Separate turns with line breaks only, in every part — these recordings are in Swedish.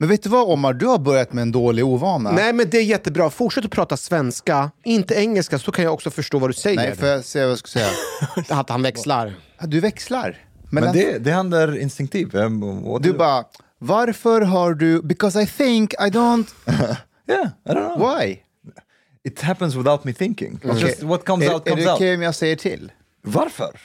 Men vet du vad Omar, du har börjat med en dålig ovana.
Nej, men det är jättebra. Fortsätt att prata svenska, inte engelska, så kan jag också förstå vad du säger.
Nej, får jag säga vad jag ska säga?
Att han växlar.
Ja, Du växlar.
Men
Mellan-
det, det händer instinktivt. Um, what
alltså- Du
do-
bara, varför har du, because I think, I don't,
Yeah, I don't know.
why?
It happens without me thinking. It's Mm. Just what comes
är,
out
är
comes
det okej
out.
om jag säger till?
Varför?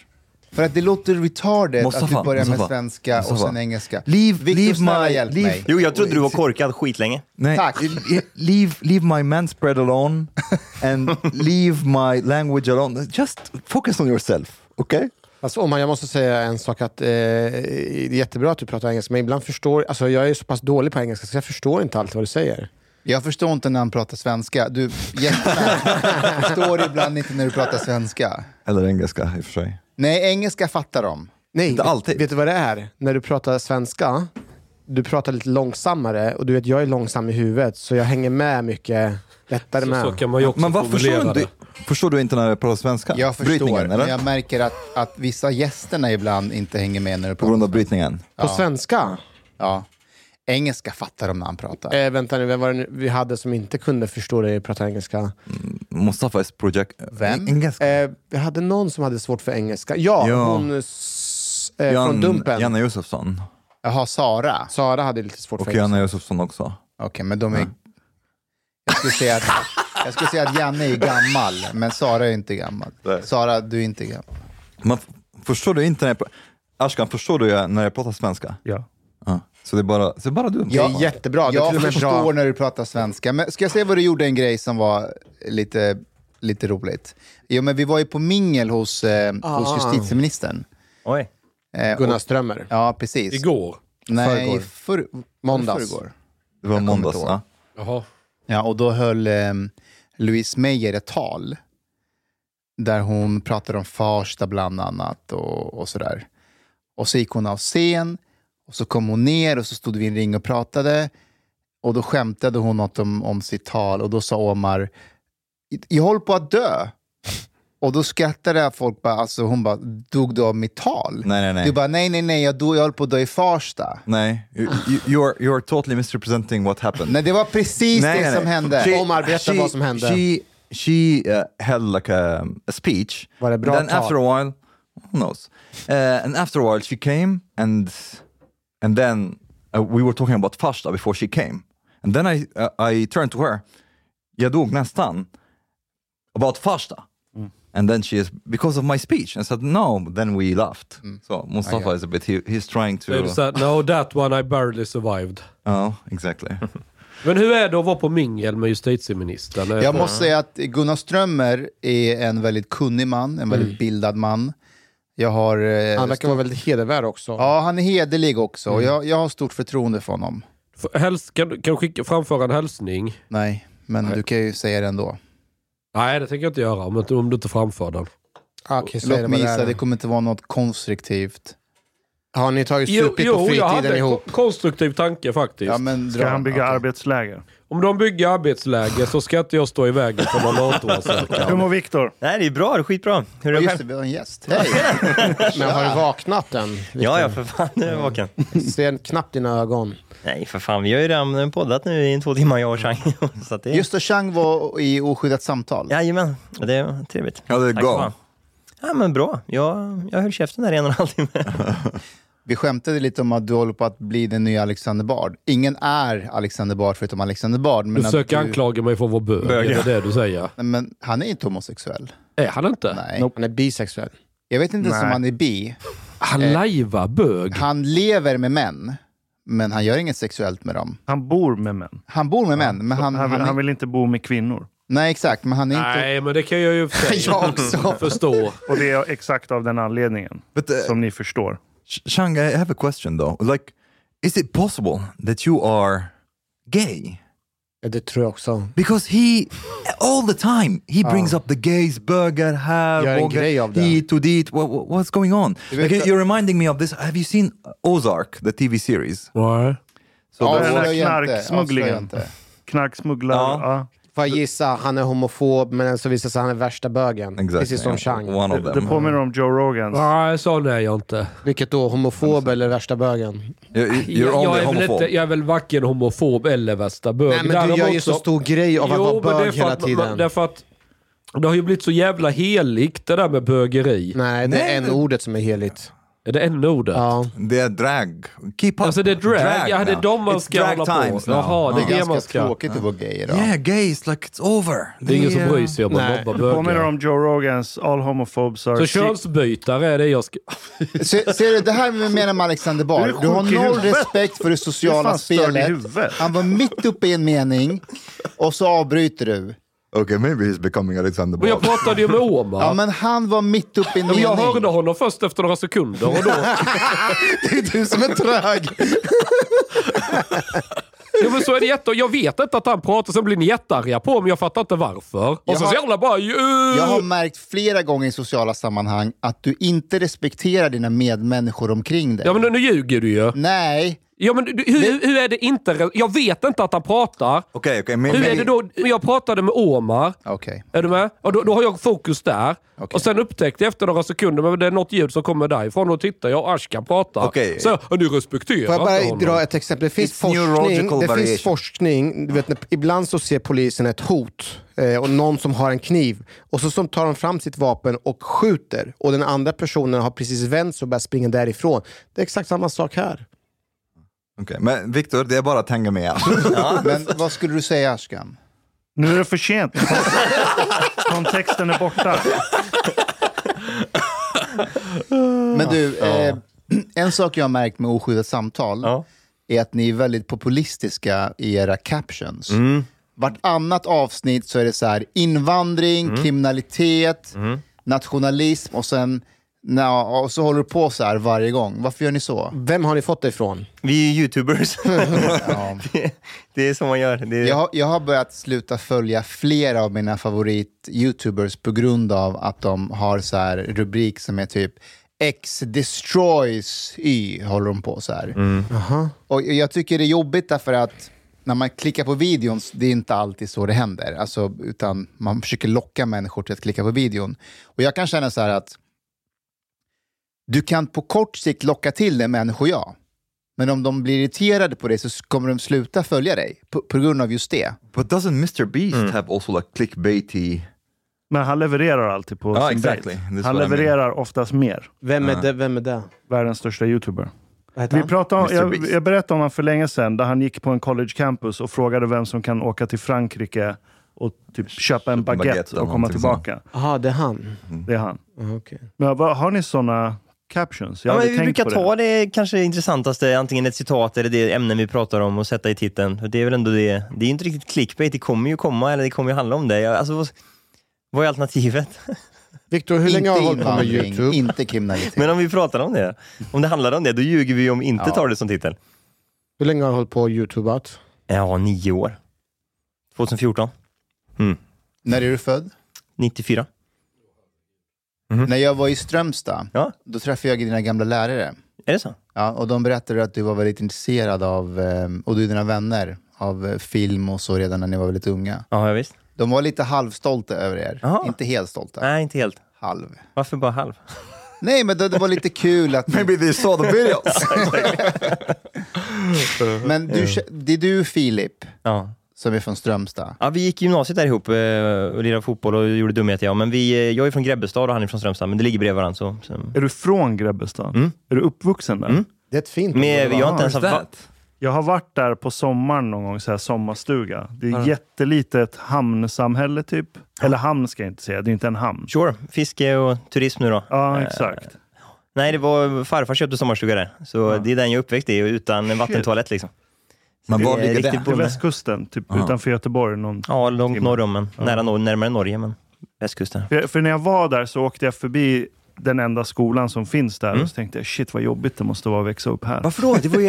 För att det låter retarded att
Mustafa,
du börjar med
Mustafa,
svenska och
Mustafa.
sen engelska.
Leave-
Victor,
leave
snälla
my-
hjälp
leave-
mig.
Jo, jag trodde du var korkad skitlänge.
Nej,
Tack.
i- i- leave, leave my manspread alone and leave my language alone. Just focus on yourself, okay?
Alltså, Omar, jag måste säga en sak. att eh, Det är jättebra att du pratar engelska, men ibland förstår... Alltså, jag är så pass dålig på engelska, så jag förstår inte alltid vad du säger.
Jag förstår inte när han pratar svenska. Du, jättenära. Jag förstår ibland inte när du pratar svenska.
Eller engelska i och för sig.
Nej, engelska fattar de.
Nej,
Inte
vet-
alltid.
Vet du vad det är? När du pratar svenska, du pratar lite långsammare och du vet, jag är långsam i huvudet, så jag hänger med mycket lättare
Så,
med.
så kan man ju också
Men varför förstår du,
formulera
inte-
det.
förstår du inte när jag pratar svenska?
Jag förstår,
Brytningen, eller?
men jag märker att, att vissa gästerna ibland inte hänger med när du
På grund
pratar.
av brytningen.
På svenska?
Ja. Engelska fattar de när han pratar.
Eh, vänta nu, vem var det nu vi hade som inte kunde förstå dig prata engelska?
Mustafa is project...
Vem?
Engelska.
Eh, vi hade någon som hade svårt för engelska. Ja,
Ja.
hon s- eh,
Jan-
från Dumpen.
Janne Josefsson.
Jaha, Sara?
Sara hade lite svårt för
Och
engelska.
Janne Josefsson också.
Okej, men de är... Jag skulle, säga att, jag skulle säga att Janne är gammal, men Sara är inte gammal. Sara, du är inte gammal.
Man f- förstår du inte när jag pratar... Ashkan, förstår du jag- när jag pratar svenska?
Ja.
Ja. Så det är bara, så det är bara du?
Det är jättebra. Det är
Jag
till och med
förstår
bra.
när du pratar svenska. Men ska jag säga vad du gjorde en grej som var lite, lite roligt? Jo, men vi var ju på mingel hos, eh, hos
Ah.
justitieministern.
Oj.
Eh, och-
Gunnar Strömmer.
Ja, precis.
Igår.
Nej,
förrgår.
för,
Måndags.
förrgår.
Det var
kommer
måndags,
inte ihåg.
ja.
Jaha.
Ja, och då höll eh, Louise Meyer ett tal där hon pratade om Farsta bland annat och, och sådär. Och så gick hon av scen och så kom hon ner och så stod vi i en ring och pratade och då skämtade hon något om, om sitt tal och då sa Omar, jag håller på att dö. Och då skrattade folk bara, alltså hon bara, dog du av mitt tal?
Nej, nej, nej.
Du bara, nej, nej, nej, jag, dog, jag höll på att dö i Farsta.
Nej, you, you, you, are, you are totally misrepresenting what happened.
Nej, det var precis
Nej,
det
nej,
som
nej.
hände.
She- Omar, berätta vad som hände.
She, she uh, held like a, a speech.
Var det bra
Then
tal?
after a while, who knows? Uh, and after a while she came and and then uh, we were talking about Farsta before she came. And then I, uh, I turned to her, jag dog nästan, about Farsta.
Mm.
And then she is, because of my speech, I said no, but then we laughed.
Mm.
So Mustafa is a bit, he, he's trying to...
Då är det så här, no that one I barely survived.
Ja, exactly.
Men hur är det att vara på mingel med justitieministern? Är
Jag
det-
måste säga att Gunnar Strömmer är en väldigt kunnig man, en väldigt bildad man. Jag har... eh,
Han verkar vara väldigt hedervärd också.
Ja, han är hederlig också. och Jag, jag har stort förtroende för honom.
F- Häls, kan, du- kan du skicka, framföra en hälsning?
Nej, men du kan ju säga det ändå.
Nej, det tänker jag inte göra om, inte- om du inte framför den.
Ah, okej, säg det
Låt mig
vad det
gissa,
är.
det kommer inte vara något konstruktivt.
Har ni tagit supit på
jo, jag
fritiden
hade en
ihop?
ko- konstruktiv tanke faktiskt.
Ja, men
Ska
dra-
han bygga
okej.
arbetsläger?
Om de bygger arbetsläger så ska inte jag stå i vägen för
Hur
mandatorsökan.
mår Viktor?
Nej, det är bra. Det är skitbra. Hur
Ja,
är det
just det,
själv?
vi har en gäst. Hej!
Men har du vaknat än?
Ja, ja, för fan. Nu är jag vaken.
Victor? Ser knappt dina ögon.
Nej, för fan. Vi har ju redan poddat nu i två timmar, jag och Chang. Så att det...
Just det, Chang var i oskyddat samtal.
Jajamän, det är trevligt.
How did it
Tack
go?
för fan. Ja, men bra. Jag, jag höll käften där i en och en halv timme.
Vi skämtade lite om att du håller på att bli den nya Alexander Bard. Ingen är Alexander Bard förutom Alexander Bard. Men
Du
att
försöker anklaga mig för att vara bög,
Bög,
är
ja.
det det du säger?
Nej, Men han är inte homosexuell.
Är han inte?
Nej.
Han är bisexuell.
Jag vet inte ens om
Nej.
han är bi.
Han lajvar bög.
Han lever med män, men han gör inget sexuellt med dem.
Han bor med män.
Han bor med män, men han...
Han,
han,
vill,
är,
han vill inte bo med kvinnor.
Nej, exakt, men han är inte...
Nej, men det kan jag ju för sig
Jag också.
förstå.
Och det är exakt av den anledningen,
But uh,
som ni förstår.
Sh- Shang, I have a question though. Like, is it possible that you are gay?
Ja, det tror jag också.
Because he, all the time, he brings up the gays, burger, här,
Gör en
vågar,
grej av det.
hit och dit. What, what, what's going on? Like, you're reminding me of this. Have you seen Ozark, the TV series?
Nej.
Så
den här
avslöja inte,
knarksmugglingen.
avslöja inte.
Knarksmugglare.
Ja.
Ja.
Får jag gissa, han är homofob men så visar sig han är värsta bögen.
Exactly.
Precis som
yeah.
Chang.
One of
Det, det
them.
påminner om Joe Rogans.
Nej, sån är jag inte.
Vilket då? Homofob eller värsta bögen?
You- you- You're
jag, jag,
only
är väl
homophobe.
inte, jag är väl varken homofob eller värsta bög.
Nej, men du
Däremot
gör ju så stor grej av att
Jo, men
vara
det är
bög
för
hela
att man- man-
tiden.
Därför att det har ju blivit så jävla heligt det där med bögeri.
Nej, det
Nej,
är en
det-
ordet som är heligt.
Är det n-ordet?
Ja.
Det är drag. Keep up.
Alltså det är drag. ja, det är
now.
de man
It's
ska
drag
hålla på.
times now.
Jaha, det
Det
är
är
det man
ganska
ska.
tråkigt att vara gay idag.
Yeah, gays, like it's over. uh,
Det är ingen som bryr sig om man
Nej.
mobbar
Det påminner
bögar.
om Joe Rogans All homophobes are
Så
sick.
könsbytare är det jag ska...
Se, ser du, det här vi menar med Alexander
Du
Bard.
är sjuk
Du har
i
noll
huvudet.
respekt för det
Du är
sociala
fan störd i
spelet.
huvudet.
Han var mitt uppe i en mening och så avbryter du.
Okay, maybe he's becoming Alexander
Men jag
Bard.
pratade ju med Omar.
Ja, men han var mitt uppe i en
Ja, men
mening.
jag hörde honom först efter några sekunder och då...
Det är du som är trög.
Ja, men så är det jätte... Jag vet inte att han pratar, sen blir ni jättearga på mig. Jag fattar inte varför. Och
Jag
så
har-
så jävla bara...
Jag har märkt flera gånger i sociala sammanhang att du inte respekterar dina medmänniskor omkring dig.
Ja men nu, nu ljuger du ju.
Nej,
Ja men du, hur, hur är det inte... re- Jag vet inte att han pratar.
Okej, okej.
Hur är
maybe-
det då? Men jag pratade med Omar.
okej.
Är du med? Och då, då har jag fokus där.
Okej.
Och sen upptäckte jag efter några sekunder men det är något ljud som kommer därifrån. Och tittar jag och Ashkan pratar.
Okej.
Så jag, "Ja, du respekterar
Får jag bara
inte
dra
honom.
ett exempel? Det finns,
It's
forskning,
neurological
det
variation.
finns forskning, du vet, när, ibland så ser polisen ett hot eh, och någon som har en kniv och så som tar de fram sitt vapen och skjuter och den andra personen har precis vänt sig och börjar springa därifrån. Det är exakt samma sak här.
Okej, Men Viktor, det är bara att hänga med.
Men vad skulle du säga, Ashkan?
Nu är det för sent. Kontexten är borta.
Men du, eh, en sak jag har märkt med oskyddat samtal
Ja.
är att ni är väldigt populistiska i era captions.
Mm.
Vartannat avsnitt så är det så här invandring,
Mm.
kriminalitet, nationalism och sen na, och så håller du på så här varje gång. Varför gör ni så?
Vem har ni fått det ifrån?
Vi är ju youtubers. det, det är som man gör. Det är,
Jag, har- jag har börjat sluta följa flera av mina favorit-youtubers på grund av att de har så här rubrik som är typ X destroys Y, håller de på så här. Och jag tycker det är jobbigt därför att när man klickar på videon, det är inte alltid så det händer. Alltså, utan man försöker locka människor till att klicka på videon. Och jag kan känna så här att du kan på kort sikt locka till dig människor, ja. Men om de blir irriterade på dig så kommer de sluta följa dig på, på grund av just det.
But doesn't Mr Beast
Mm.
have also like clickbaity?
Men han levererar alltid på
Ja,
sin
exactly.
bait.
That's
Han
what I mean.
levererar oftast mer.
Vem är det? Vem är det?
Världens största youtuber.
Vad heter
Vi
han?
pratade om,
Mr.
jag,
Beast.
jag berättade om honom för länge sedan, där han gick på en college campus och frågade vem som kan åka till Frankrike och typ köpa en
baguette
baguette,
eller
och komma
någonting sånt.
tillbaka.
Jaha, det är han.
Mm.
Det är han.
Ah, okej.
Men vad, har ni sådana captions? Jag
ja,
har
men
aldrig
vi
tänkt
brukar
på det.
ta det kanske intressantaste, antingen ett citat eller det ämne vi pratar om och sätta i titeln. För Det är väl ändå det. Det är ju inte riktigt clickbait, det kommer ju komma eller det kommer ju handla om det. Jag- Alltså, vad, vad är alternativet?
Viktor, hur länge
inte
har du hållit på med
invandring,
YouTube?
inte kriminalitet.
Men om vi pratar om det, om det handlar om det, då ljuger vi ju om vi inte
Ja.
tar det som titel.
Hur länge har du hållit på och youtubat?
Ja, nio år. 2014.
När är du född?
94.
Mhm.
När jag var i Strömstad,
Ja.
då träffade jag dina gamla lärare.
Är det så?
Ja, och de berättade att du var väldigt intresserad av, eh, och du är dina vänner, av eh, film och så redan när ni var väldigt unga.
Ja, ja visst.
De var lite halvstolta över er.
Jaha.
Inte helt stolta.
Nej, inte helt.
Halv.
Varför bara halv?
Nej, men det, det var lite kul att...
Maybe they saw the videos.
men
Mm.
du, kä- det är du Filip,
Ja.
som är från Strömstad.
Ja, vi gick i gymnasiet där ihop eh, och lirade fotboll och gjorde dumheter. Ja. Men vi, eh, jag är från Grebbestad och han är från Strömstad, men det ligger bredvid varandra. Så, så.
Är du från Grebbestad? Är du uppvuxen där?
Det är ett fint
Men
område,
jag
va?
har inte ens
What's
haft va-
that?
Jag har varit där på sommaren någon gång, så här sommarstuga. Det är jättelitet hamnsamhälle typ. Eller hamn ska jag inte säga, det är inte en hamn.
Sure, fiske och turism nu då.
Ja,
Eh,
exakt.
Nej, det var farfar köpte sommarstuga där. Så det är den jag är uppväxt i, utan vattentoalett liksom.
Men var
Det är
ligger
riktigt
det?
Det är
bonde.
västkusten, typ
Aha.
utanför Göteborg. Någon...
Ja, långt
Timme.
norr om, men nära, nor- närmare Norge, men västkusten.
För, för när jag var där så åkte jag förbi den enda skolan som finns där och så tänkte jag shit vad jobbigt det måste vara att växa upp här.
Mm. Varför då? Det var ju...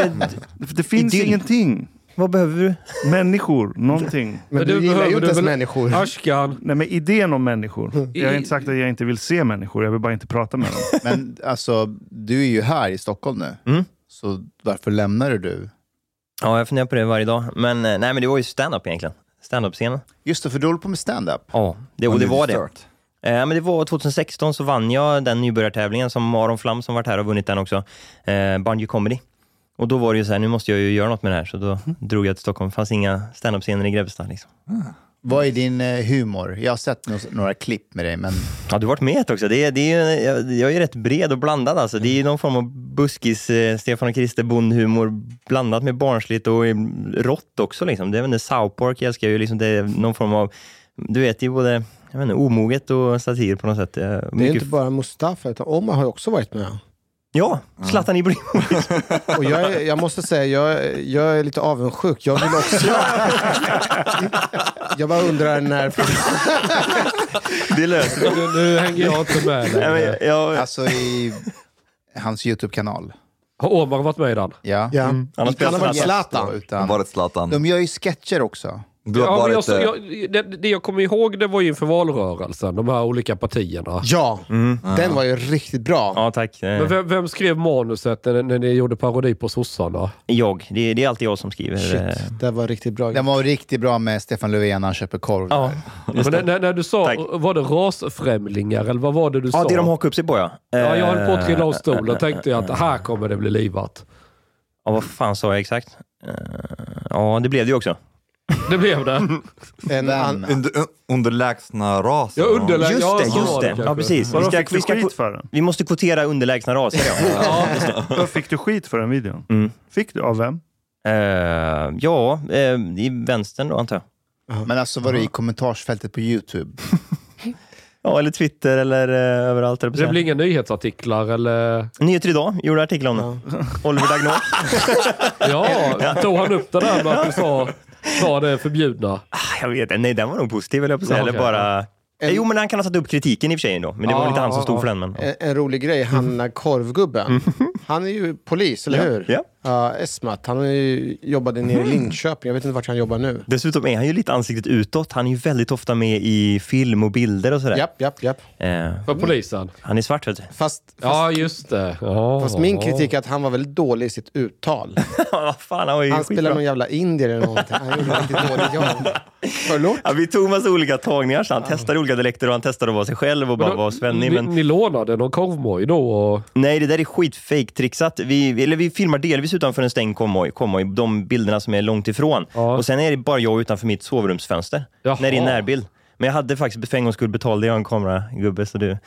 För det finns
Idyll.
ingenting.
Vad behöver du?
Människor, någonting.
Men du,
Du
gillar ju
behöver
inte ens
väl-
människor.
Ashkan.
Nej, men idén om
Mm.
människor. Jag har inte sagt att jag inte vill se människor, jag vill bara inte prata med dem.
Men alltså, du är ju här i Stockholm nu.
Mm.
Så varför lämnade du?
Ja, jag funderar på det varje dag. Men, eh, nej, men det var ju stand-up egentligen. Stand-up-scenen.
Just det, för du håller på med stand-up.
Ja, det, och det var det. Eh, men det var 2016 så vann jag den nybörjartävlingen som Aron Flam som varit här har vunnit den också. Eh, Bungy Comedy. Och då var det ju så här, nu måste jag ju göra något med det här. Så då
Mm.
drog jag till Stockholm. Det fanns inga standup-scener i Grebbestad. Liksom.
Vad är din eh, humor? Jag har sett no- några klipp med dig, men
Ja, du har varit med ett också. Det, är- det är ju, jag, jag är ju rätt bred och blandad alltså. Det är ju någon form av buskis, eh, Stefan och Krister bondhumor blandat med barnsligt och eh, rått också. Liksom. Det är väl det South Park jag älskar ju. Liksom, det är någon form av, du vet, det är både jag vet inte, omoget och satir på något sätt. Eh,
Det är
mycket-
inte bara Mustafa, utan Omar har ju också varit med.
Ja, Zlatan Ibrahimovic.
Och jag, är, jag måste säga, jag, jag är lite avundsjuk. Jag vill också... jag bara undrar när...
Det löser
Nu, nu hänger jag inte med
Nej, men
längre.
jag, jag,
alltså i hans YouTube-kanal.
Har Omar varit med i den?
Ja.
Ja.
han har
Han har
spelat
varit
Zlatan.
Zlatan. Då,
Han
utan,
var ett Zlatan.
de gör ju sketcher också.
Du har
ja, men
varit...
jag, så-
eh,
jag, det, det jag kommer ihåg det var ju inför valrörelsen, de här olika partierna.
Ja, den var ju riktigt bra.
Ja, tack. Eh,
Men vem, vem skrev manuset när, när ni gjorde parodi på sossarna?
Jag. Det, det är alltid jag som skriver. eh,
Shit, det var riktigt bra.
Den var riktigt bra med Stefan Löfven när han köper korv.
Ja, just
Men
det.
när, när, när du sa,
Tack.
var det rasfrämlingar eller vad var det du sa?
Ja, det de hakar upp sig på ja. Eh,
Ja, jag höll på att trilla av stolen och tänkte jag att här kommer det bli livat.
Ja, vad fan sa jag exakt? Eh, Ja, det blev det ju också.
Det blev det.
En, an,
under, underlägsna raser.
Jag underlä-
Just
ja,
det,
så
just
var det
det. Ja,
kanske.
precis. Vi,
Vadå,
ska,
fick
vi,
du
ska,
skit för den?
vi måste kvotera underlägsna raser. Ja.
Vad Fick du skit för den videon?
Mm.
Fick du? Av vem?
Eh, ja, eh, i vänstern då antar jag.
Men alltså var det i kommentarsfältet på YouTube?
Ja, eller Twitter eller eh, överallt. höll jag på att
Det
säga.
blir inga nyhetsartiklar eller...
Nyheter idag gjorde artikel om det. Oliver Dagnall.
Ja, tog han upp det där med att du sa, sa det förbjudna?
Ah, Jag vet inte. Nej, den var nog positiv eller jag på att säga.
Ja,
Eller
okej.
bara...
En-
Jo, men han kan ha satt upp kritiken i och för sig ändå. Men det var
Ja,
väl inte han som
ja,
stod
ja.
för den. Men, ja.
en, en rolig grej, Hanna Korvgubben. Han är ju polis, eller
Ja,
hur?
ja.
Ja, Esmat. Han har ju jobbade nere i Linköping. Jag vet inte vart han jobbar nu.
Dessutom är han ju lite ansiktet utåt. Han är ju väldigt ofta med i film och bilder och sådär.
Japp, japp, japp.
Eh,
För polisen?
han är svart, vet du.
Fast, fast,
Ja, just det. Ja.
fast min kritik är att han var väldigt dålig i sitt uttal.
Ja, vad fan, han var ju
Han spelar
skitbra.
någon jävla indier eller någonting. Han gjorde ett riktigt dåligt jobb. Förlåt?
Ja, vi tog massa olika tagningar, så han testade olika dialekter och han testade att vara sig själv och bara vara svennig. Men
Ni, ni lånade någon korvmoj då? Och...
nej, det där är skitfejktrixat. Vi, eller vi filmar delvis utanför en stängd kommoj, kommoj, de bilderna som är långt ifrån.
Ja.
Och sen är det bara jag utanför mitt sovrumsfönster,
Jaha.
när det är närbild. Men jag hade faktiskt för en gångs skull betalade jag en kameragubbe, så du,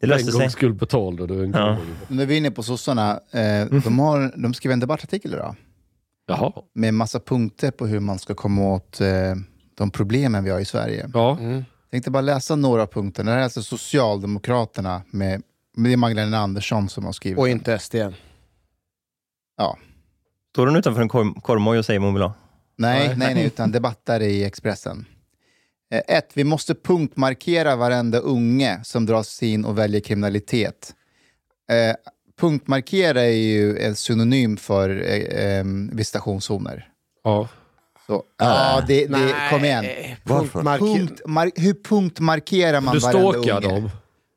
det löste
En
sig.
gång skulle betalade du en
Ja.
korvmoj.
Nu är vi inne på sossarna. Eh, de, har, de skrev en debattartikel idag
Jaha.
med massa punkter på hur man ska komma åt eh, de problemen vi har i Sverige.
Ja.
tänkte bara läsa några av punkterna. Det här är alltså Socialdemokraterna med, med det är Magdalena Andersson som har skrivit.
Och inte SD.
Ja.
Står hon utanför en korv- korvmoj och säger vad hon vill ha?
Nej, nej, nej, utan debattare i Expressen. Eh, Ett, vi måste punktmarkera varenda unge som dras in och väljer kriminalitet. Eh, punktmarkera är ju en synonym för eh, eh, visitationszoner.
ja.
Så, ja, det, det, kom igen.
Varför?
Mark-
Punkt, mar, hur punktmarkerar man
Du
varenda
stalkar
unge?
dem.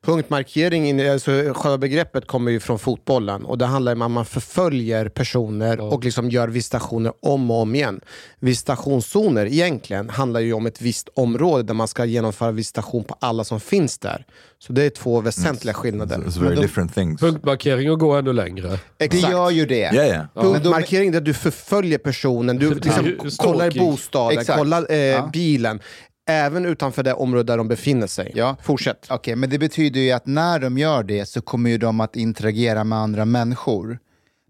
Punktmarkering, in- alltså själva begreppet kommer ju från fotbollen och det handlar om att man förföljer personer och liksom gör visitationer om och om igen. Visitationszoner egentligen handlar ju om ett visst område där man ska genomföra visitation på alla som finns där. Så det är två väsentliga skillnader.
It's very different things.
Punktmarkering och gå ännu längre.
Det
Exakt.
gör ju det.
Yeah, yeah.
Punktmarkering där du förföljer personen, du liksom,
ju
kollar
stalking.
bostaden,
Exakt.
kollar eh,
Ja.
bilen. Även utanför det område där de befinner sig.
Ja.
Fortsätt.
Okej, men det betyder ju att när de gör det så kommer ju de att interagera med andra människor.
Mm.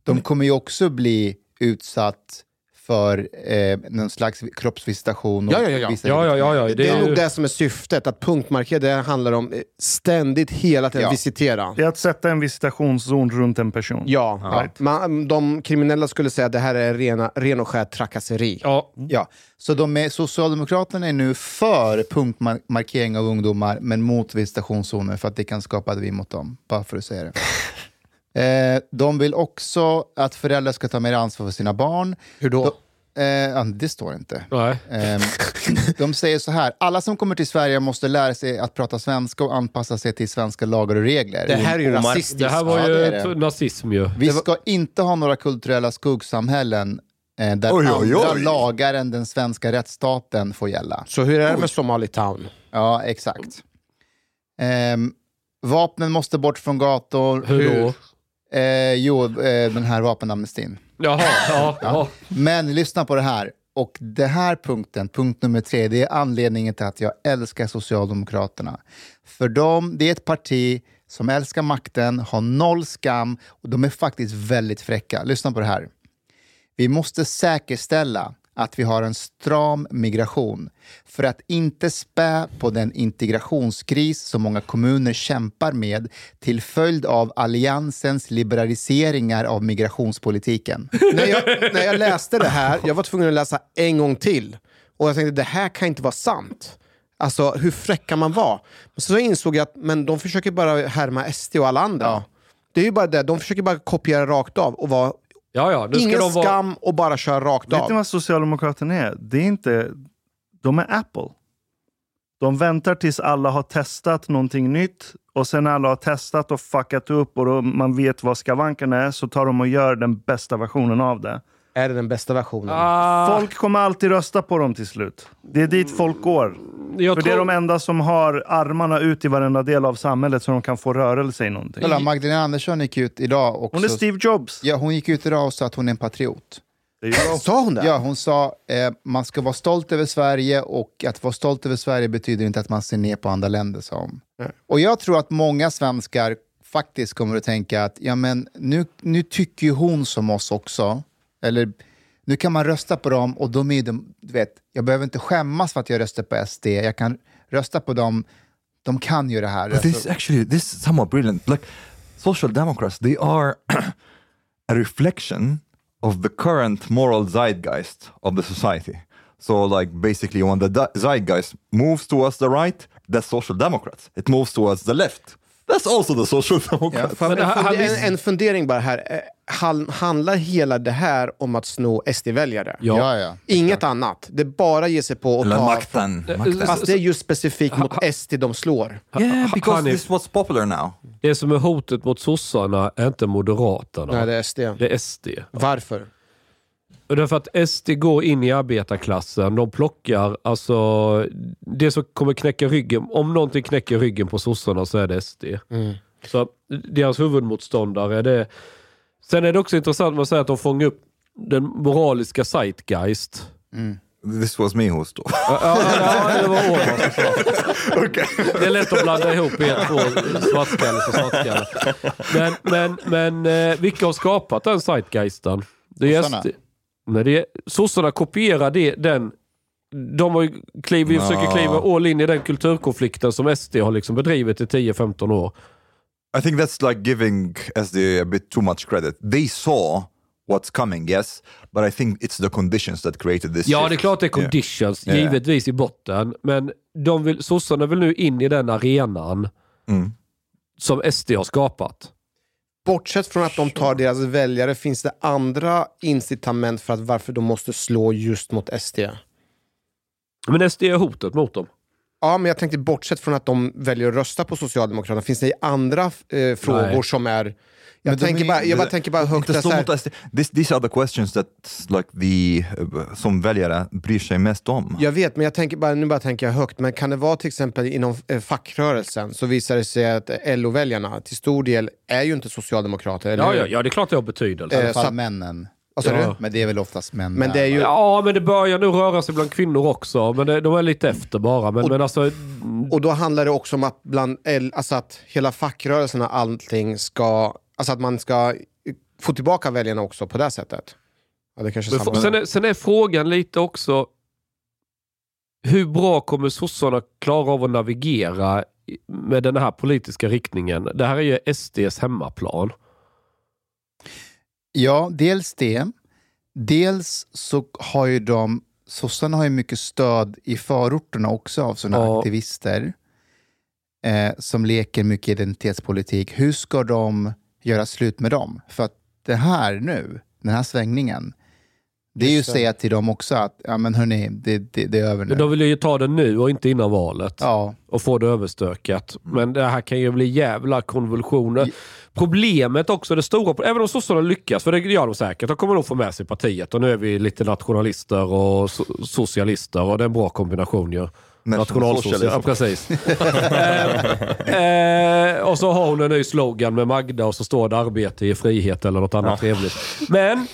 De kommer ju också bli utsatt för eh, någon slags kroppsvisitation. och
Ja, ja, ja, ja.
vissa-
Ja, ja, ja. ja. Det,
Det är
är
nog
ju...
det som är syftet, att punktmarkera det handlar om eh, ständigt hela tiden
Ja.
visitera.
Det är att sätta en visitationszon runt en person.
Ja, Man, de kriminella skulle säga att det här är rena, ren och skär trakasseri.
Ja,
Ja. Så de är, Socialdemokraterna är nu för punktmarkering av ungdomar men mot visitationszoner för att det kan skapa ett vi mot dem. Bara för att säga det. Eh, de vill också att föräldrar ska ta mer ansvar för sina barn.
Hur då?
De, eh, ja, det står inte.
nej.
Ehm, De säger så här, alla som kommer till Sverige måste lära sig att prata svenska och anpassa sig till svenska lagar och regler.
Det här är ju
Omar-
rasistiskt.
Det här var
Ja,
ju
det är det.
ett nazism ju.
Vi ska inte ha några kulturella skuggsamhällen eh, där
Oj, oj, oj.
andra lagar än den svenska rättsstaten får gälla.
Så hur är det med Somali Town?
Ja, exakt. Ehm, vapnen måste bort från gator.
Hur då?
Eh, jo, eh, den här vapenamnestin.
Jaha, ja. ja.
Men lyssna på det här. Och det här punkten, punkt nummer tre, det är anledningen till att jag älskar Socialdemokraterna. För de, det är ett parti som älskar makten, har noll skam och de är faktiskt väldigt fräcka. Lyssna på det här. Vi måste säkerställa att vi har en stram migration för att inte spä på den integrationskris som många kommuner kämpar med till följd av Alliansens liberaliseringar av migrationspolitiken.
när, jag, när jag läste det här, jag var tvungen att läsa en gång till. Och jag tänkte, det här kan inte vara sant. Alltså hur fräck kan man vara? Men så insåg jag att men de försöker bara härma SD och alla andra. Det är ju bara det, de försöker bara kopiera rakt av och vara
Ja, ja. Nu ska
ingen
de vara...
skam och bara köra rakt
Vet ni
av.
vad Socialdemokraterna är? Det är inte... De är Apple. De väntar tills alla har testat någonting nytt och sen när alla har testat och fuckat upp och då man vet vad skavanken är så tar de och gör den bästa versionen av det.
Är det den bästa versionen?
Ah,
Folk kommer alltid rösta på dem till slut. Det är dit folk går.
jag
För det är de enda som har armarna ut i varenda del av samhället så de kan få rörelse i någonting.
Kolla, Magdalena Andersson gick ut idag också.
Hon är Steve Jobs.
Ja, hon gick ut idag och sa att hon är en patriot.
Det är ju bra.
Sa hon det?
Ja, hon sa eh, man ska vara stolt över Sverige och att vara stolt över Sverige betyder inte att man ser ner på andra länder, sa hon. Och jag tror att många svenskar faktiskt kommer att tänka att ja, men nu, nu tycker ju hon som oss också. Eller nu kan man rösta på dem och de är ju de, du vet, jag behöver inte skämmas för att jag röstar på SD. Jag kan rösta på dem, de kan ju det här.
But this actually, this is somewhat brilliant. Like social democrats, they are a reflection of the current moral zeitgeist of the society. So, like, basically, when the di- zeitgeist moves towards the right, that's social democrats. It moves towards the left, that's also the social democrats.
Fan,
Men
en,
han-
funde-
han-
en, en fundering bara här. Eh, han- Handlar hela det här om att sno SD-väljare?
Ja, ja.
Inget annat. Det är bara ge sig på att
Eller
ta...
makten.
Fast
makten.
det är just specifikt mot SD de slår.
Yeah, because
Hanif.
this is what's popular now.
Det som är hotet mot sossarna är inte moderaterna.
Nej,
det...
det är SD.
är SD.
Varför?
Och Därför att SD går in i arbetarklassen. De plockar, alltså, det som kommer knäcka ryggen, om någonting knäcker ryggen på sossarna så är det SD. Så deras huvudmotståndare, det Sen är det också intressant med att säga att de fångar upp den moraliska zeitgeist.
This was me who stole.
Ja, ja, det var Åman som sa. Det är lätt att blanda ihop er två, svartskalle och svartskalle. Men, men, men eh, vilka har skapat den zeitgeisten? Det är
Sossarna?
SD Nej, det är, sossarna kopierar det, den... De har ju kliv,
Ja.
försöker kliva all in i den kulturkonflikten som SD har liksom bedrivit i 10-15 år.
I think that's like giving SD a bit too much credit. They saw what's coming, yes, but I think it's the conditions that created this.
Ja,
shift.
det är klart det är
Yeah.
conditions,
Ja, ja.
givetvis i botten. Men de vill, sossarna vill nu in i den arenan
Mm.
som SD har skapat.
Bortsett från att de tar deras väljare, finns det andra incitament för att varför de måste slå just mot SD?
Men SD är hotet mot dem.
Ja, men jag tänkte bortsett från att de väljer att rösta på Socialdemokraterna, finns det i andra eh, frågor
Nej.
som är... Jag,
Men de
tänker,
är-
bara, jag bara
Det-
tänker bara högt.
inte
där,
slå
så här-
mot SD. This, these are the questions that like, the, eh, som väljare bryr sig mest om.
Jag vet, men jag tänker bara, nu bara tänker jag högt. Men kan det vara till exempel inom eh, fackrörelsen så visar det sig att eh, LO-väljarna till stor del är ju inte socialdemokrater. Eller
Ja,
hur?
ja, ja, det är klart det har betydelse.
I alla
Eh,
fall
så-
männen.
Vad sa
Ja.
du?
Men det är väl oftast män.
Men det är ju,
Ja, men det börjar nog röra sig bland kvinnor också. Men det, de är lite efter bara. Men, men alltså,
och då handlar det också om att, bland, L- alltså att hela fackrörelsen och allting ska... Alltså att man ska få tillbaka väljarna också på det sättet. Ja, det kanske är
men
samma.
f- sen, är, sen är frågan lite också, hur bra kommer sossarna klara av att navigera i- med den här politiska riktningen? Det här är ju SDs hemmaplan.
Ja, dels det. Dels så har ju de, sossarna har ju mycket stöd i förorterna också av sådana
Ja.
aktivister eh, som leker mycket identitetspolitik. Hur ska de göra slut med dem? För att det här nu, den här svängningen, det är ju att säga till dem också att ja, men hörni, det, det, det är över nu.
De vill ju ta det nu och inte innan valet.
Ja,
och få det överstökat. Men det här kan ju bli jävla konvulsioner. Problemet också, det stora, även om sossarna lyckas, för det gör de säkert, de kommer nog få med sig partiet. Och nu är vi lite nationalister och so- socialister och det är en bra kombination ju. Nationalsocialister. Ja, precis. eh, eh, och så har hon en ny slogan med Magda och så står det arbete i frihet eller något annat trevligt. Men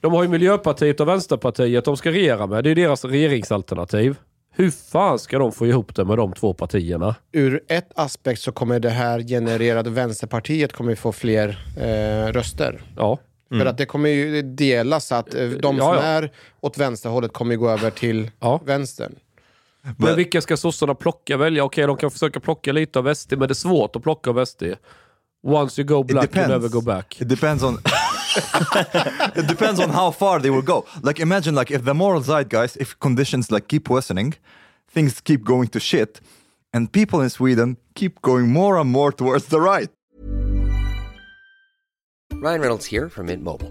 de har ju Miljöpartiet och Vänsterpartiet de ska regera med. Det är ju deras regeringsalternativ. Hur fan ska de få ihop det med de två partierna?
Ur ett aspekt så kommer det här genererade Vänsterpartiet kommer få fler eh, röster.
Ja.
Mm.
För att det kommer ju delas så att eh, de
Ja,
som
ja.
är åt vänsterhållet kommer ju gå över till
Ja.
vänstern.
Men vilka ska sossarna plocka välja? Okej, de kan försöka plocka lite av SD, men det är svårt att plocka av SD. Once you go black, you
depends.
never go back.
It depends on it depends on how far they will go. Like imagine like if the moral zeitgeist, if conditions like keep worsening, things keep going to shit, and people in Sweden keep going more and more towards the right.
Ryan Reynolds here from Mint Mobile.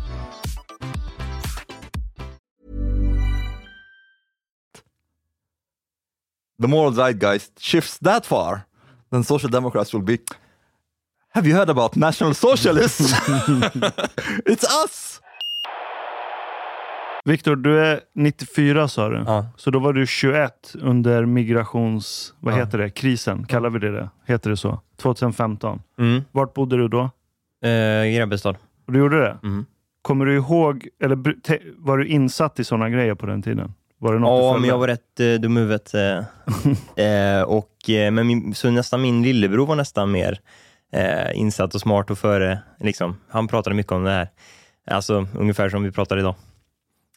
The moral zeitgeist shifts that far, then social democrats will be. Have you heard about national socialists? it's us.
Viktor, du är 94 sa du.
Ja.
Så då var du 21 under migrations... Vad
Ja.
heter det? Krisen, kallar vi det det? Heter det så? 2015.
Mm.
Vart bodde du då?
Eh, Grebbestad.
Och du gjorde det?
Mm.
Kommer du ihåg, eller br- te- var du insatt i sådana grejer på den tiden? Var det något du
Ja,
följde?
men jag var rätt eh, dum i huvudet. Eh, eh, och, eh, men min, så nästan min lillebror var nästan mer eh, insatt och smart och före. Liksom, han pratade mycket om det här. Alltså ungefär som vi pratar idag.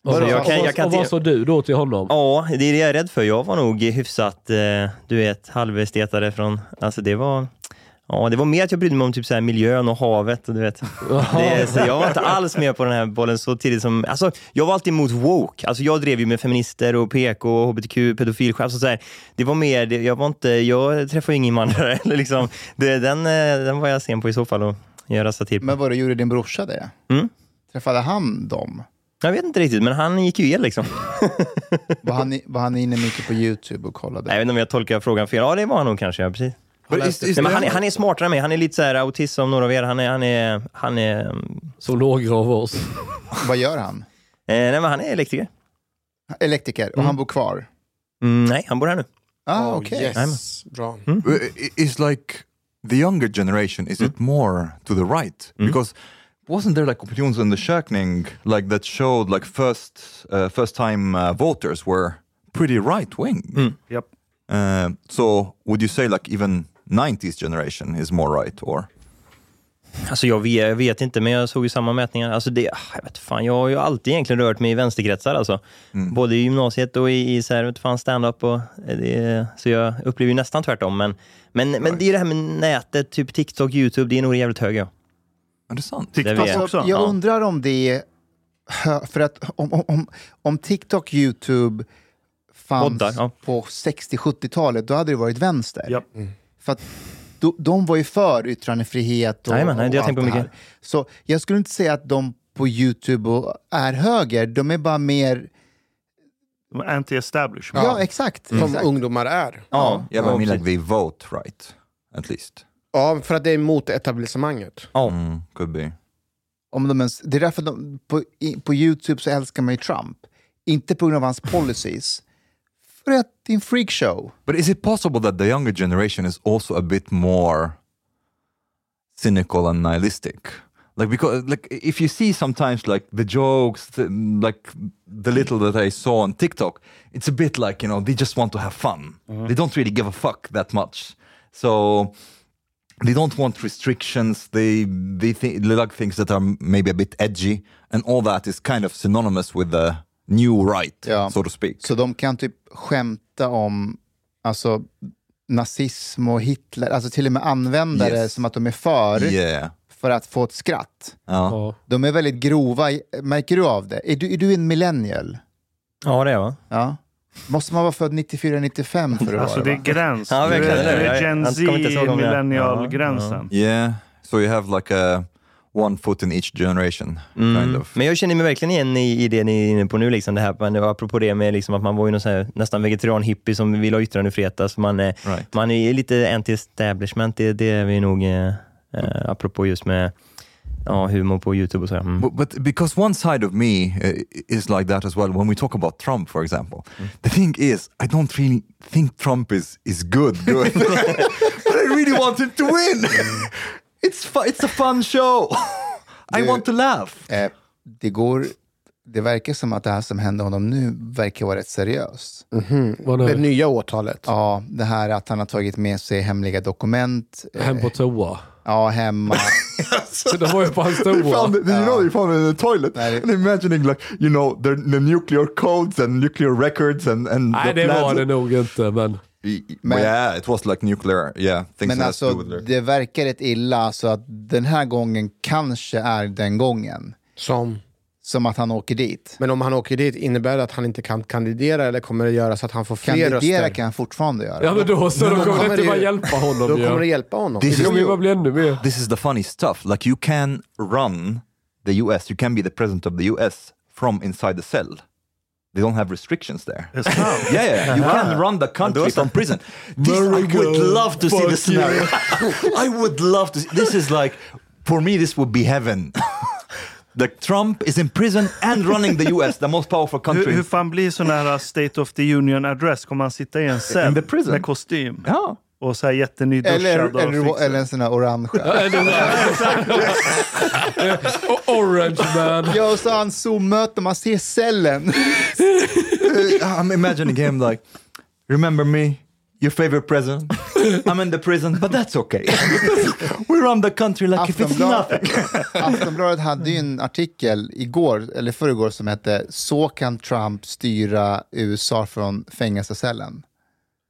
Och,
Alltså, jag kan-
och,
jag kan
och vad
inte-
sa du då till honom?
Ja, det är det jag är rädd för. Jag var nog hyfsat, eh, du vet, halvestetare från... Alltså det var... Ja, det var mer att jag brydde mig om typ så här miljön och havet. Och du vet. Det, så jag var inte alls med på den här bollen så tidigt som... Alltså, jag var alltid emot woke. Alltså, jag drev ju med feminister och PK och hbtq, pedofilskämt. Alltså, så här, det var mer... det- Jag, var inte, jag träffade ju ingen invandrare. eller liksom, det, den, eh, den var jag sen på i så fall att göra satir på.
men vad gjorde din brorsa det?
Mm.
Träffade han dem?
Jag vet inte riktigt, men han gick ju el liksom.
Var han, i- var han inne mycket på YouTube och kollade?
Jag vet inte om jag tolkar frågan fel. Ja, det var han nog kanske. Ja, precis.
But is, is
Nej, men han, är-
there-
han är smartare än mig. Han är lite så här autist som några av er. Han är, han är, han är, eh,
Som några av oss.
Vad gör han?
nej, men han är elektriker.
Elektriker, och han bor kvar?
Oh,
Mm, nej, Mm. han bor här nu.
Ah, okej.
Uh,
Yes, bra.
It's like
the younger generation, is it more to the right? Because wasn't there like opinionsundersökning like that showed like first uh, first time uh, voters were pretty right wing.
Yep.
Uh, so would you say like even 90s generation is more right or?
Alltså jag vet, jag vet inte, men jag såg ju samma mätningar. Alltså det, ah, jag, vet fan, jag har ju alltid egentligen rört mig i vänsterkretsar. Alltså.
Mm.
Både i gymnasiet och i, i så här, vet fan, stand-up. Och, eh, det, så jag upplever ju nästan tvärtom. Men, men, men det är ju det här med nätet, typ TikTok, YouTube. Det är nog jävligt höger. Ja.
Är det sant?
Det
TikTok
vet jag.
Alltså,
också.
alltså, Jag undrar om det är... hö- För att om, om- om, om TikTok, YouTube fanns
Poddar, ja.
på 60-70-talet, då hade det varit vänster.
Japp.
För att de, de var ju för yttrandefrihet och,
Jajamän, nej, det
och
har jag tänkt på
allt
mycket.
här. Så jag skulle inte säga att de på YouTube och är höger, de är bara mer...
De är Anti-establishment.
Ja, exakt.
Som
exakt.
ungdomar är.
Ja, yeah, but I mean
precis.
like they vote right at least.
Ja, för att det är emot etablissemanget.
Mm, could be.
Om de ens, det är därför de, på, i, på YouTube så älskar man ju Trump. Inte på grund av hans policies, för att det är en freakshow.
But is it possible that the younger generation is also a bit more cynical and nihilistic? Like because like if you see sometimes like the jokes, th- like the little that I saw on TikTok, it's a bit like you know they just want to have fun. They don't really give a fuck that much. So they don't want restrictions. They they, thi- they like things that are maybe a bit edgy, and all that is kind of synonymous with the new right,
Yeah.
so to speak.
Så de kan typ skämta om alltså, nazism och Hitler, alltså till och med använda det
Yes.
som att de är för,
yeah.
för att få ett skratt.
Ja.
Ja.
De är väldigt grova, i- märker du av det? Är du, är du en millennial?
Ja, det är jag, va?
Ja. Måste man vara född 94-95 för att
Alltså
vara
det är
det?
gräns.
Ja,
du
verkligen,
är,
eller
du
hur? Jag-
är
jag
Gen Z,
kommer inte ihåg om jag-
millennial-gränsen.
Yeah. So you have like a one foot in each generation, kind of.
Men jag känner mig verkligen igen i, i det ni är inne på nu. Liksom det här, men det var apropå det med liksom att man var ju någon så här, nästan vegetarian-hippie som vill ha yttrandefrihet. Alltså man, eh,
Right.
man är lite anti-establishment, det, det är vi nog, eh, eh, apropå just med ja, humor på YouTube och så. Mm.
But, but because one side of me uh, is like that as well. When we talk about Trump, for example, the thing is, I don't really think Trump is is good, good. but I really want him to win. it's fu- it's a fun show. I want to laugh.
Eh, det, går, det verkar som att det här som händer honom nu verkar vara rätt seriöst.
Vad
Det
nu?
nya årtalet.
Ja, det här att han har tagit med sig hemliga dokument, eh,
Hem på toa.
ja, hemma.
Så det var ju på hans toa.
you know, they found it in the toilet. And imagining, like, you know, the, the nuclear codes and nuclear records and, and
Nej, det var det nog inte, men...
Men-
yeah, it was like nuclear, yeah, things
Men
that has to
alltså,
do with
det verkar rätt illa, så att den här gången kanske är den gången
Som.
som att han åker dit.
Men om han åker dit, innebär det att han inte kan kandidera eller kommer det göra så att han får fler
Kandidera
röster?
kan han fortfarande göra.
Ja, men då så. Då kommer det inte bara hjälpa honom
Då
ju.
kommer det hjälpa honom.
This
Det kommer ju
is,
bara bli ännu mer.
this is the funny stuff. Like you can run the US, you can be the president of the US from inside the cell. They don't have restrictions there.
It's not. Uh-huh.
Yeah, yeah, you can run the country from prison. This, I would love to see
fuck
the scenario. I would love to. See, this is like, for me, this would be heaven. Like Trump is in prison and running the US, the most powerful
Hur,
country.
hur fan blir sån här State of the Union address? Kommer han sitta i en cell
the prison?
med kostym?
Ja.
Och så här jättenyduschad
Eller,
och
eller,
fixad?
eller en sån här orangea.
Och Orange man.
Ja, och så har han Zoom-möte och man ser cellen.
I'm imagining him like, remember me, your favorite prison. I'm in the prison, but that's okay. we run the country like if it's nothing.
Aftonbladet, Aftonbladet hade ju en artikel igår, eller förrgår, som hette “Så kan Trump styra USA från fängelsecellen”.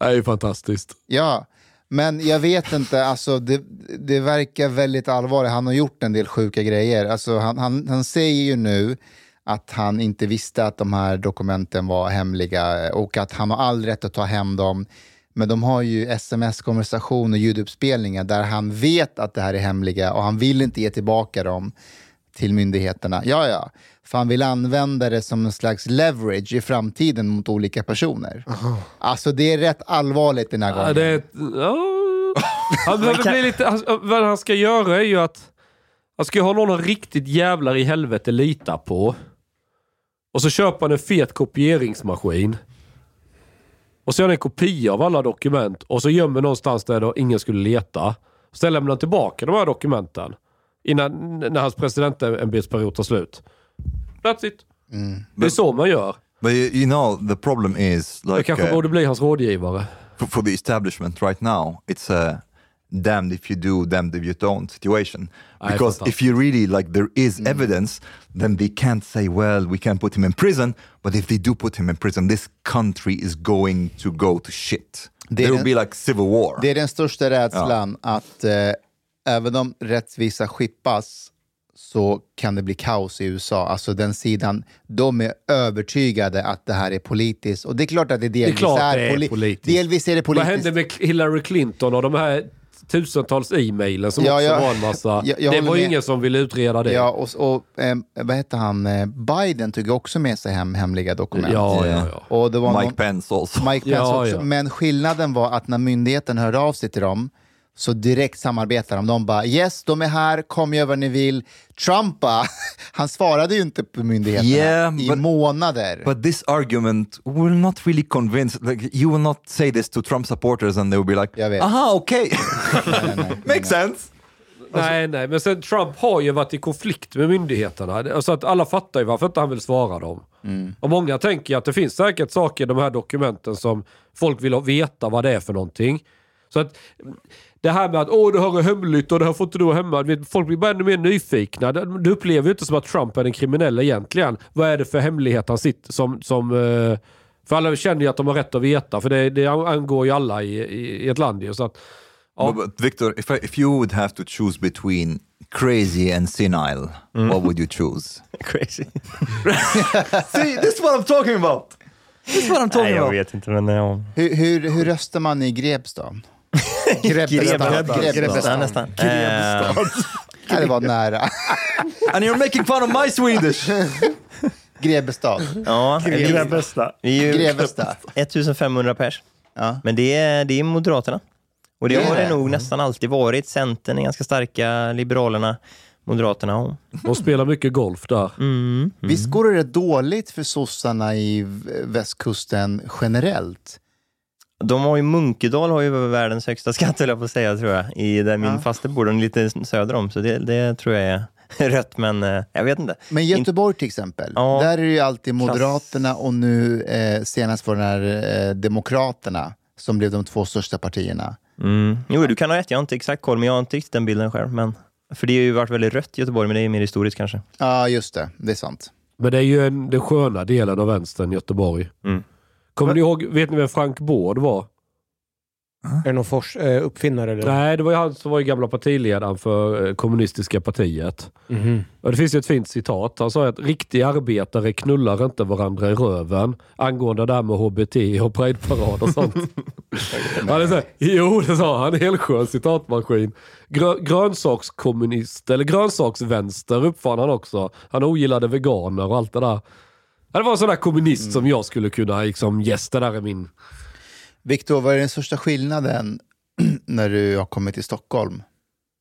Det är ju fantastiskt.
Ja, men jag vet inte. Alltså, det, det verkar väldigt allvarligt. Han har gjort en del sjuka grejer. Alltså, han, han, han säger ju nu att han inte visste att de här dokumenten var hemliga och att han har all rätt att ta hem dem. Men de har ju sms-konversation och ljuduppspelningar där han vet att det här är hemliga och han vill inte ge tillbaka dem till myndigheterna. Ja, ja. För han vill använda det som en slags leverage i framtiden mot olika personer. Alltså det är rätt allvarligt den här gången.
Ja, det är ett, ja. Han behöver bli lite... Han, vad han ska göra är ju att... Han ska ju ha någon han riktigt jävlar i helvete litar på. Och så köper han en fet kopieringsmaskin. Och så gör han en kopia av alla dokument och så gömmer någonstans där då ingen skulle leta. Och sen lämnar han tillbaka de här dokumenten innan, när hans presidentämbetsperiod tar slut. That's it. Det är så man gör.
But you, you know, the problem is
Jag
like
kanske
uh,
borde bli hans rådgivare.
for, for the establishment right now, it's a damned if you do, damned if you don't situation.
I
Because
thought Mm. that.
if you really like there is evidence, then they can't say, well, we can put him in prison. But if they do put him in prison, this country is going to go to shit.
Det är
There will
en-
be like civil war.
Det är den största rädslan, att eh, även om rättvisa skippas så kan det bli kaos i USA. Alltså den sidan, de är övertygade att det här är politiskt. Och det är klart att det delvis
klart
är,
det är
poli-
politiskt.
Delvis är det
Vad
politiskt.
hände med Hillary Clinton och de här tusentals e-mailen som
Ja,
också
jag-
var en massa...
jag- jag
det
håller
var ju
med.
ingen som ville utreda det.
Ja, och, och eh, vad heter han? Eh, Biden tog ju också med sig hem hemliga dokument.
ja, ja. ja.
Och det var
Mike
någon-
Pence also.
Mike Pence
Ja,
också.
ja.
Men skillnaden var att när myndigheten hörde av sig till dem så direkt samarbetar de. De bara yes, de är här, kom över när ni vill. Trumpa, han svarade ju inte på myndigheterna
Yeah,
i
but-
månader.
But this argument will not really convince. Like you will not say this to Trump supporters, and they will be like,
Jag vet.
"Aha, okay, makes sense."
Alltså-
Nej, nej, men sen Trump har ju varit i konflikt med myndigheterna. Så att alla fattar ju varför inte han vill svara dem.
Mm.
Och många tänker ju att det finns säkert saker i de här dokumenten som folk vill ha- veta vad det är för någonting. Så att det här med att åh, det här är hemligt och det här får inte du ha hemma. Du vet, Folk blir bara ännu mer nyfikna. Du upplever ju inte som att Trump är en kriminell egentligen. Vad är det för hemlighet han sitter som... som eh, för alla känner ju att de har rätt att veta, för det, det angår ju alla i, i, i ett land ju. Så att,
No, but Victor, if I, if you would have to choose between crazy and senile, what would you choose?
Crazy.
See, this is what I'm talking about. This is what I'm
Nej,
talking
jag
about.
vet inte, men ja.
Hur, hur, hur röstar man i Grebstad? Grebestad.
Nästan,
Grebestad.
nästan. Eh,
Ja, Det var nära.
And you're making fun of my Swedish.
Grebestad.
Ja, vi,
Grebbestad.
vi Eh, är ju
Grevestad.
1500 pers.
Ja.
Men det är, det är Moderaterna. Och det
Det är
har det
det.
Mm.
nog nästan alltid varit. Centern är ganska starka, Liberalerna, Moderaterna. och-
de spelar mycket golf där.
Mm.
Visst går det dåligt för sossarna i v- västkusten generellt?
De har ju Munkedal har ju världens högsta skatt, höll jag på att säga, tror jag. I där min faste bor, de är lite söder om, så det, det tror jag är rött, men eh, jag vet inte.
Men Göteborg till exempel,
Ja.
där är det ju alltid Moderaterna och nu eh, senast var det här, eh, Demokraterna som blev de två största partierna.
Mm. Jo, du kan ha rätt, jag har inte exakt koll, men jag har inte riktigt den bilden själv. Men, för det har ju varit väldigt rött i Göteborg, men det är mer historiskt kanske.
Ja, just det. Det är sant.
Men det är ju en, den sköna delen av vänstern i Göteborg.
Mm.
Kommer ni ihåg, vet ni vem Frank Bård var?
Är det någon fors, eh, uppfinnare eller?
Nej, det var ju han som var ju gamla partiledaren för eh, kommunistiska partiet.
Mhm.
Och det finns ju ett fint citat. Han sa ju att riktiga arbetare knullar inte varandra i röven angående det här med HBT och prideparad och sånt. han är så här, jo, det sa han. En hel skön citatmaskin. Grö, grönsakskommunist, eller grönsaksvänster uppfann han också. Han ogillade veganer och allt det där. Ja, Det var en sån där kommunist som jag skulle kunna liksom, yes, det där är min...
Viktor, vad är den största skillnaden när du har kommit till Stockholm?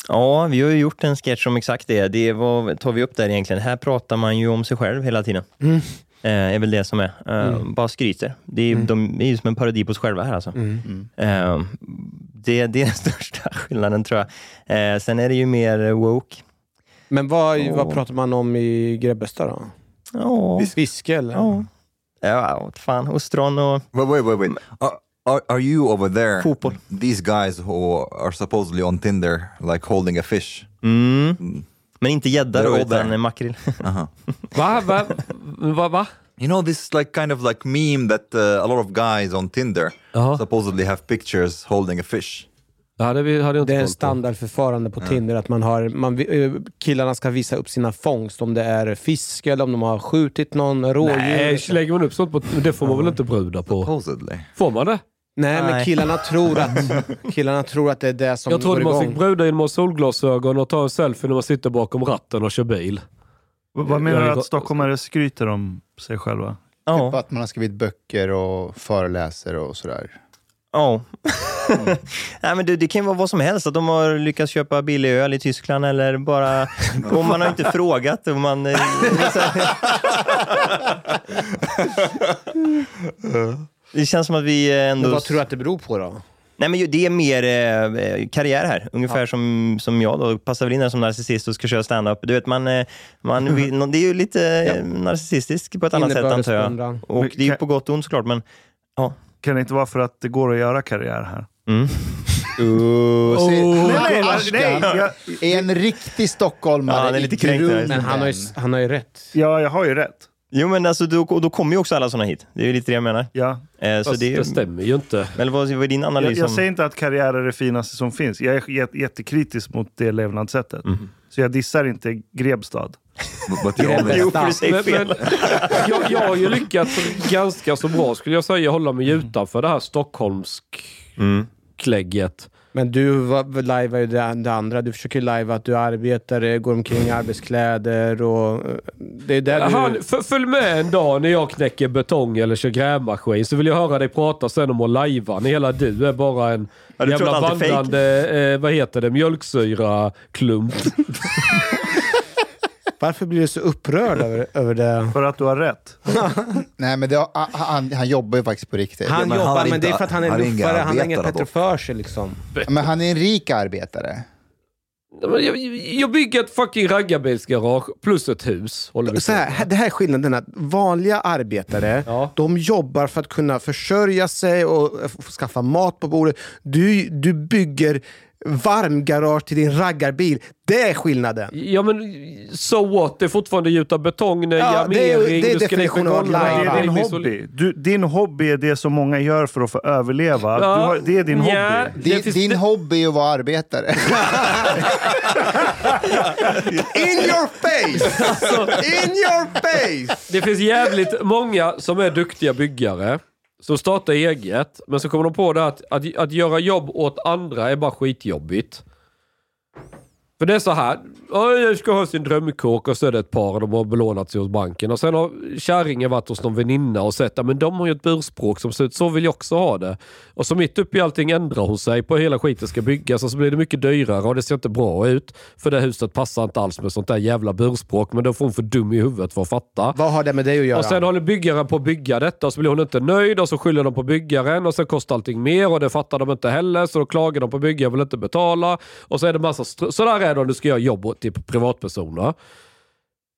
Ja, vi har ju gjort en sketch om exakt det. Det var, tar vi upp där egentligen. Här pratar man ju om sig själv hela tiden.
Mm.
Eh, är väl det som är. Eh, Bara skryter. Det är, ju-
Mm.
De är ju som en parodi på sig själva här alltså. Eh, det, det är den största skillnaden tror jag. Eh, sen är det ju mer woke.
Men vad,
Ja.
vad pratar man om i Grebbestad då?
Ja,
Fiske eller?
ja. ja vad fan. Ostron och...
Wait, wait, wait, wait. Are, are, are you over there?
Fotboll.
These guys who are supposedly on Tinder, like holding a fish.
Mm. Men inte gädda
Det
då,
var ju där.
utan makrill.
Uh-huh.
Va? Va? Va? va?
You know this like kind of like meme that uh, a lot of guys on Tinder
Jaha.
supposedly have pictures holding a fish.
Det hade, vi, hade jag inte
Det är en
koll på.
standardförfarande på Tinder att man har, man, vi- eh, killarna ska visa upp sina fångst, om det är fisk eller om de har skjutit någon rådjur.
Nej, lägger man upp sånt på... Det får man väl inte bruda på?
Supposedly.
Får man det?
Nej, men
Nej.
killarna tror, att, killarna tror att det är det som
Jag
går
trodde
igång.
man fick bruda genom att ha solglasögon och ta en selfie när man sitter bakom ratten och kör bil.
Vad menar
Jag
du
är go-
att stockholmare skryter om sig själva?
På
Ja,
Typ att man har skrivit böcker och föreläser och sådär.
ja. Nej, men det, det kan ju vara vad som helst, att de har lyckats köpa billig öl i Tyskland eller bara... Och man har inte frågat. Och man, eh, det känns som att vi eh,
Men
ändå...
vad tror du att det beror på då?
Nej, men ju- det är mer eh, eh, karriär här, ungefär som, som jag då. Passar väl in här som narcissist och ska köra stand-up. Du vet, man, eh, man vill, nå- det är ju lite eh, narcissistiskt på ett annat sätt antar jag.
Innebördesundran.
Och det är ju på gott och ont såklart, men ja.
Kan det inte vara för att det går att göra karriär här?
Mm.
Och se,
nej,
Ashkan
nej, jag,
är en riktig stockholmare
Ja, han är lite
i
kränkt där.
grunden.
Men han har, ju, han har ju rätt.
ja, jag har ju rätt.
Jo, men alltså, då, och då kommer ju också alla såna hit. Det är ju lite det jag menar.
Ja.
Eh, så
Fast
det,
det,
är-
stämmer ju inte.
eller vad vad är din analys?
Jag, jag
om-
säger inte att karriär är det finaste som finns. Jag är jät- jättekritisk mot det levnadssättet. Så jag dissar inte Grebstad.
But- but you always-
Jo, för du säger
Men,
fel.
men, jag, jag har ju lyckats ganska så bra skulle jag säga hålla mig utanför det här Stockholmsklägget.
Mm.
Men du var- lajvar ju det, det andra. Du försöker ju lajva att du är arbetare, går omkring i arbetskläder och... eh, Det är där du...
Han, f- följ med en dag när jag knäcker betong eller kör grävmaskin så vill jag höra dig prata sen om att lajva när hela du är bara en
Ja, du tror
jävla
att allt är fake.
vandrande, eh, vad heter det, mjölksyraklump.
Varför blir du så upprörd över, över det?
För att du har rätt.
Nej, men det, har- han, han jobbar ju faktiskt på riktigt.
Han
men han
jobbar,
är
men det är
inte-
för att han är
han är ingen
luffare. Han har inget
arbetare
bättre
dock.
för sig liksom.
Men han är en rik arbetare.
Ja, men jag, jag bygger ett fucking raggarbilsgarage plus ett hus. Håller vi på.
Så här, här- det här är skillnaden. Att vanliga arbetare
Ja.
de jobbar för att kunna försörja sig och eh, f- skaffa mat på bordet. Du, du bygger varmgarage till din raggarbil. Det är skillnaden.
Ja men so what, det är fortfarande gjuta betong, när
Ja,
ja,
det är-
armering,
det är
du ska ner
definitionen av
Det
Ja,
är din
det
hobby. Du, din hobby är det som många gör för att få överleva. Du har, det är din hobby.
Din, din hobby är att vara arbetare.
In your face! In your face!
Det finns jävligt många som är duktiga byggare, som startar eget, men så kommer de på det att, att, att göra jobb åt andra är bara skitjobbigt. För det är så här, "Oj, jag ska ha sin drömkåk och så är det ett par och de har belånat sig hos banken. Och sen har kärringen varit hos någon väninna och sett att men de har ju ett burspråk som ser ut så vill jag också ha det. Och så mitt uppe i allting ändrar hon sig på hur hela skiten ska byggas och så blir det mycket dyrare och det ser inte bra ut. För det huset passar inte alls med sånt där jävla burspråk. Men då får hon för dum i huvudet för att fatta.
Vad har det med dig att göra?
Och sen håller byggaren på att bygga detta och så blir hon inte nöjd och så skyller de på byggaren och sen kostar allting mer och det fattar de inte heller så då klagar de på byggaren vill inte betala. Och så är det massa str- Sådär är det om du ska göra jobb åt- till privatpersoner.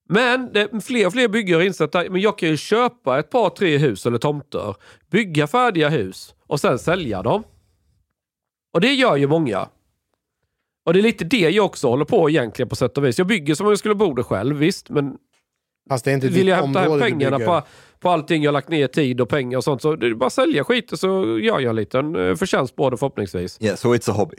Men det, fler och fler byggare har insett att men jag kan ju köpa ett par, tre hus eller tomter, bygga färdiga hus och sen sälja dem. Och det gör ju många. Och det är lite det jag också håller på egentligen på sätt och vis. Jag bygger som om jag skulle bo där själv, visst. Men
Fast det är inte
vill
ditt
jag hämta hem
område du
pengarna
bygger.
på, på allting jag lagt ner tid och pengar och sånt. Så det är bara att sälja skiten så gör jag en liten eh, förtjänst på det förhoppningsvis.
yeah, so it's a hobby.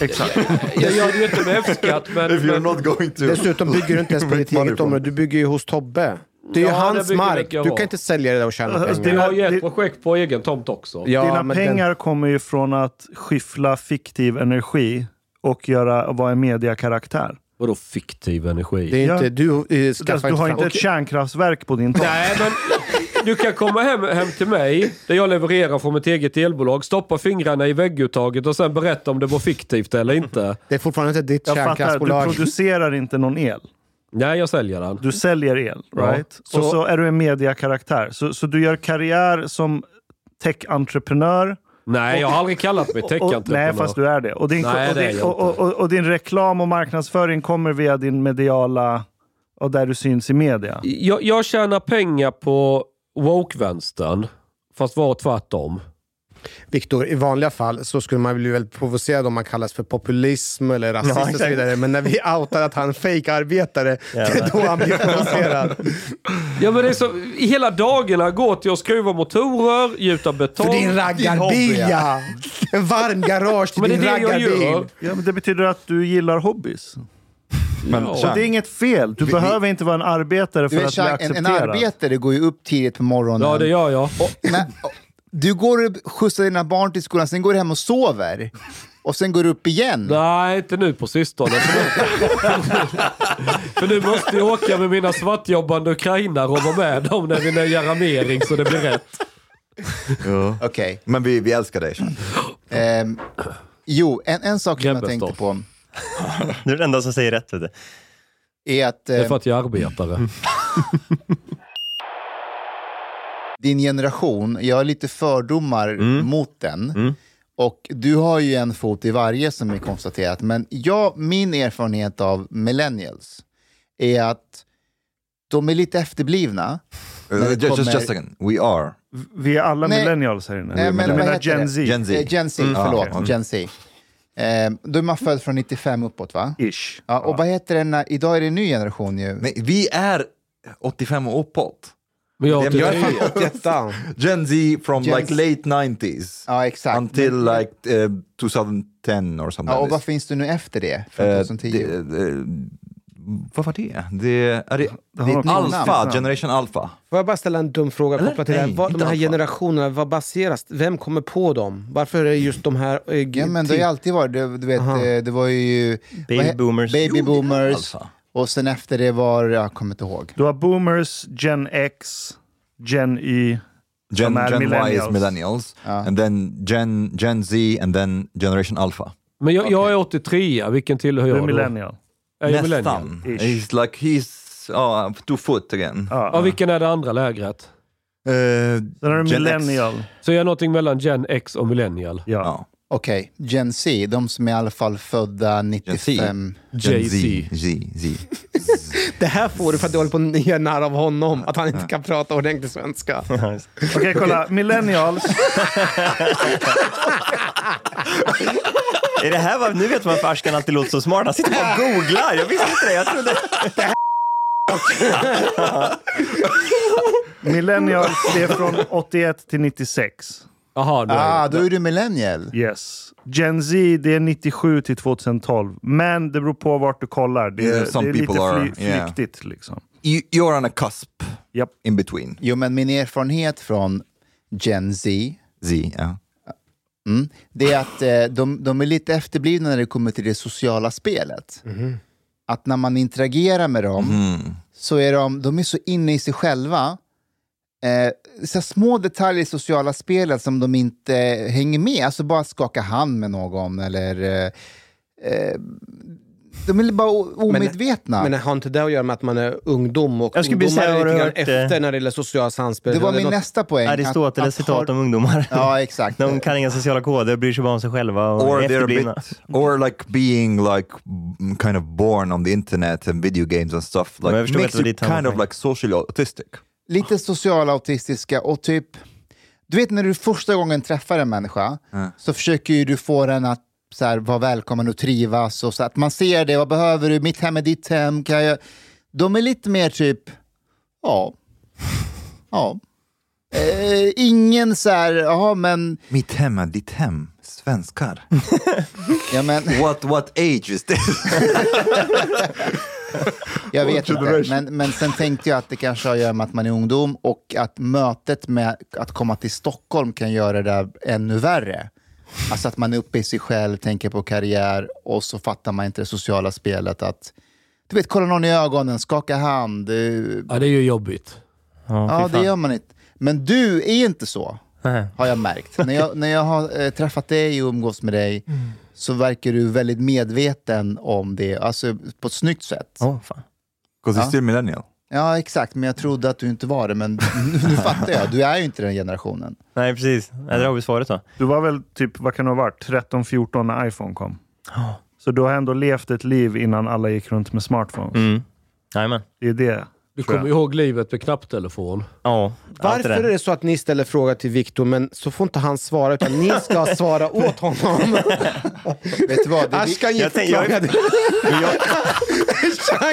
Exakt.
Jag gör det ju inte med F-skatt men... men
not going to...
Dessutom bygger du inte ens på ditt eget område. Du bygger ju hos Tobbe. Det är ju
Ja, det
hans
bygger
mark.
mycket
Du
jag
kan inte sälja det där och tjäna
Alltså,
pengar.
jag har ju
Det-
ett projekt på egen tomt också.
Ja,
Dina
men den-
pengar kommer ju från att skyffla fiktiv energi och göra, vara en mediakaraktär.
Vadå fiktiv energi?
Det är
Ja.
inte, du eh,
Alltså, Du
skaffar
har
fram-
inte ett kärnkraftverk på din tomt.
Nej, men du kan komma hem, hem till mig, där jag levererar från mitt eget elbolag, stoppa fingrarna i vägguttaget och sen berätta om det var fiktivt eller inte.
Det är fortfarande inte ditt
Jag fattar, du
kärnkraftsbolag.
producerar inte någon el.
Nej, jag säljer den.
Du säljer el,
Ja.
right? Och så är du en mediakaraktär. Så, så du gör karriär som tech-entreprenör.
Nej, jag har aldrig kallat mig
Och-
täckentreprenör.
Nej, fast du är det. Och din,
Nej,
och,
det är
din,
jag
och, och,
inte.
och, och din reklam och marknadsföring kommer via din mediala... Och där du syns i media.
jag, jag tjänar pengar på woke-vänstern, fast var tvärtom.
Viktor, i vanliga fall så skulle man bli väldigt provocerad om man kallas för populism eller rasist och så
exakt.
vidare. Men när vi outar att han är fejkarbetare, det är då han blir provocerad.
Ja, men det är så, hela dagarna går till att skruva motorer, gjuta betong.
För din raggarbil ja! En varm garage till
Men det är
din
det jag
raggarbil.
gör.
Ja, men det betyder att du gillar hobbys.
Men,
Och det är inget fel. Du behöver inte vara en arbetare
Du
för
vet,
att bli
Chang, en, en
accepterad.
arbetare går ju upp tidigt på morgonen.
Ja, det gör jag.
Nej, du går och skjutsar dina barn till skolan, sen går du hem och sover. Och sen går du upp igen.
Nej, inte nu på sistone. För nu, för nu måste jag åka med mina svartjobbande ukrainare och vara med dem när vi nu gör armering så det blir rätt.
Okej.
men vi, vi älskar dig.
Mm.
Sean.
Ehm, jo, en, en sak som jag
Grebbestoff.
tänkte på
Du är den enda som säger rätt. Vet du.
är att
Det är
eh,
för att jag är arbetare.
Mm.
din generation, jag har lite fördomar mot den. Och du har ju en fot i varje som är konstaterat. Men jag, min erfarenhet av millennials är att de är lite efterblivna.
Uh,
När det
just, just, just
kommer-
a second. We are.
Vi är alla
Nej.
millennials här inne.
Nej, Eh, men
du
vad
menar
heter
Gen
det?
Z?
Gen Z.
Eh, Gen Z,
Mm.
förlåt.
Ah, okej.
Gen Z. Eh, då är man född från 95 uppåt va?
Ish.
Ja, och vad heter den, när- idag är det en ny generation ju.
Nej, vi är 85 och uppåt.
Men jag,
Jag
tycker,
är fan
Jättan.
Gen Z from
Gen
like
Z.
late 90s
Ja, exakt.
until
Men-
like eh, 2010 or something.
ja, och vad finns du nu efter det? Från
Eh,
2010?
det- det- vad var det? Det, är det, det
har något
är alfa,
namn.
generation alfa.
Får jag bara ställa en dum fråga
Eller?
kopplat till det
Nej,
här? Vad,
inte
de här
alls.
generationerna, vad baseras Vem kommer på dem? Varför är det just de här... eh, g-
Ja, men det har ju
Typ.
alltid varit, du, du vet,
Aha.
eh, det var ju vad
Baby
he-
boomers.
baby boomers
alfa.
och sen efter det var, jag kommer inte ihåg.
Du har boomers, Gen X, Gen Y.
Gen,
Som är
gen Y is
millennials.
millennials, and then gen, gen Z and then generation alfa.
men jag, jag är 83 vilken tillhör
Du är
jag då?
millennial.
Jag är millennial.
Nästan.
Ish.
He's like, he's uh, two foot again.
Ja,
Ja, vilken är det andra lägret?
Eh,
Sen är du
Gen X.
millennial.
Så jag är någonting mellan Gen X och millennial.
Ja.
Ja.
Okej, Gen Z, de som är i alla fall födda 95.
Gen
JC.
Z. Z. Z.
Det här får du för att du håller på att nia narr av honom, att han inte kan prata ordentlig svenska.
Okej, kolla. Millennials.
Är det här vad, nu vet man varför Ashkan alltid låter så smart. Han sitter bara och googlar. Jag visste inte det. Jag trodde...
millennials, det är från 81 till 96.
Jaha, då är
Ah,
jag-
då är du millennial.
Yes. Gen Z, det är 97 till 2012. Men det beror på vart du kollar. Det,
Yeah,
det
some
är lite fly,
people are- yeah.
flyktigt liksom.
You, you're on a cusp
Japp.
in between.
Jo, men min erfarenhet från Gen Z,
Z, ja.
Mm. Det är att eh, de, de är lite efterblivna när det kommer till det sociala spelet.
Mhm.
Att när man interagerar med dem så är de, de är så inne i sig själva. Eh, så här små detaljer i sociala spelet som de inte hänger med. Alltså bara skaka hand med någon eller... Eh, eh, de är bara o- omedvetna.
Men har inte det att göra med att man är ungdom och
Jag skulle
ungdomar
säga,
är
har
lite
du
grann
hört, eh,
efter när det gäller sociala samspel?
det var
Eller
min
något-
nästa poäng. att-
Aristoteles
att
citat
har-
om ungdomar.
Ja, exakt.
De kan inga sociala koder, bryr sig bara om sig själva och
Or they're
är
a
efterblivna.
bit, or like being like mm, kind of born on the internet and video games and stuff
jag
like
förstår
makes
inte
you
ditt handlar
kind of
om.
like socially autistic.
lite sociala autistiska och typ, du vet när du första gången träffar en människa så försöker ju du få den att så här, vara välkommen och trivas och så att man ser det, vad behöver du, mitt hem är ditt hem, kan jag... De är lite mer typ, ja, ja. Eh, ingen så här, jaha men,
Mitt hem är ditt hem, svenskar.
ja men,
What, what age is this?
jag vet inte. Men, men sen tänkte jag att det kanske har att göra med att man är ungdom och att mötet med att komma till Stockholm kan göra det där ännu värre. Alltså att man är uppe i sig själv, tänker på karriär och så fattar man inte det sociala spelet. Att, du vet, kolla någon i ögonen, skaka hand. eh,
ja, det är ju jobbigt.
ja, det gör man inte. Men du är inte så,
Nej.
har jag märkt. när jag, när jag har eh, träffat dig och umgås med dig så verkar du väldigt medveten om det, alltså på ett snyggt sätt.
Åh, fan.
Because
Ja.
he's still millennial.
Ja, exakt. Men jag trodde att du inte var det. Men nu fattar jag. Du är ju inte den generationen.
Nej, precis. Nej, där har vi svaret då.
Du var väl typ, vad kan du ha varit, 13-14 när iPhone kom? Så du har ändå levt ett liv innan alla gick runt med smartphones.
Mm. Jajamän.
Det är det.
Du
tror jag.
kommer ihåg livet med knapptelefon.
Ja, allt
Varför
det där.
är det så att ni ställer fråga till Viktor, men så får inte han svara, utan ni ska svara åt honom?
Vet du vad? Det är,
Ashkan gick
Jag tänkte- jag-
klagade.
Men jag-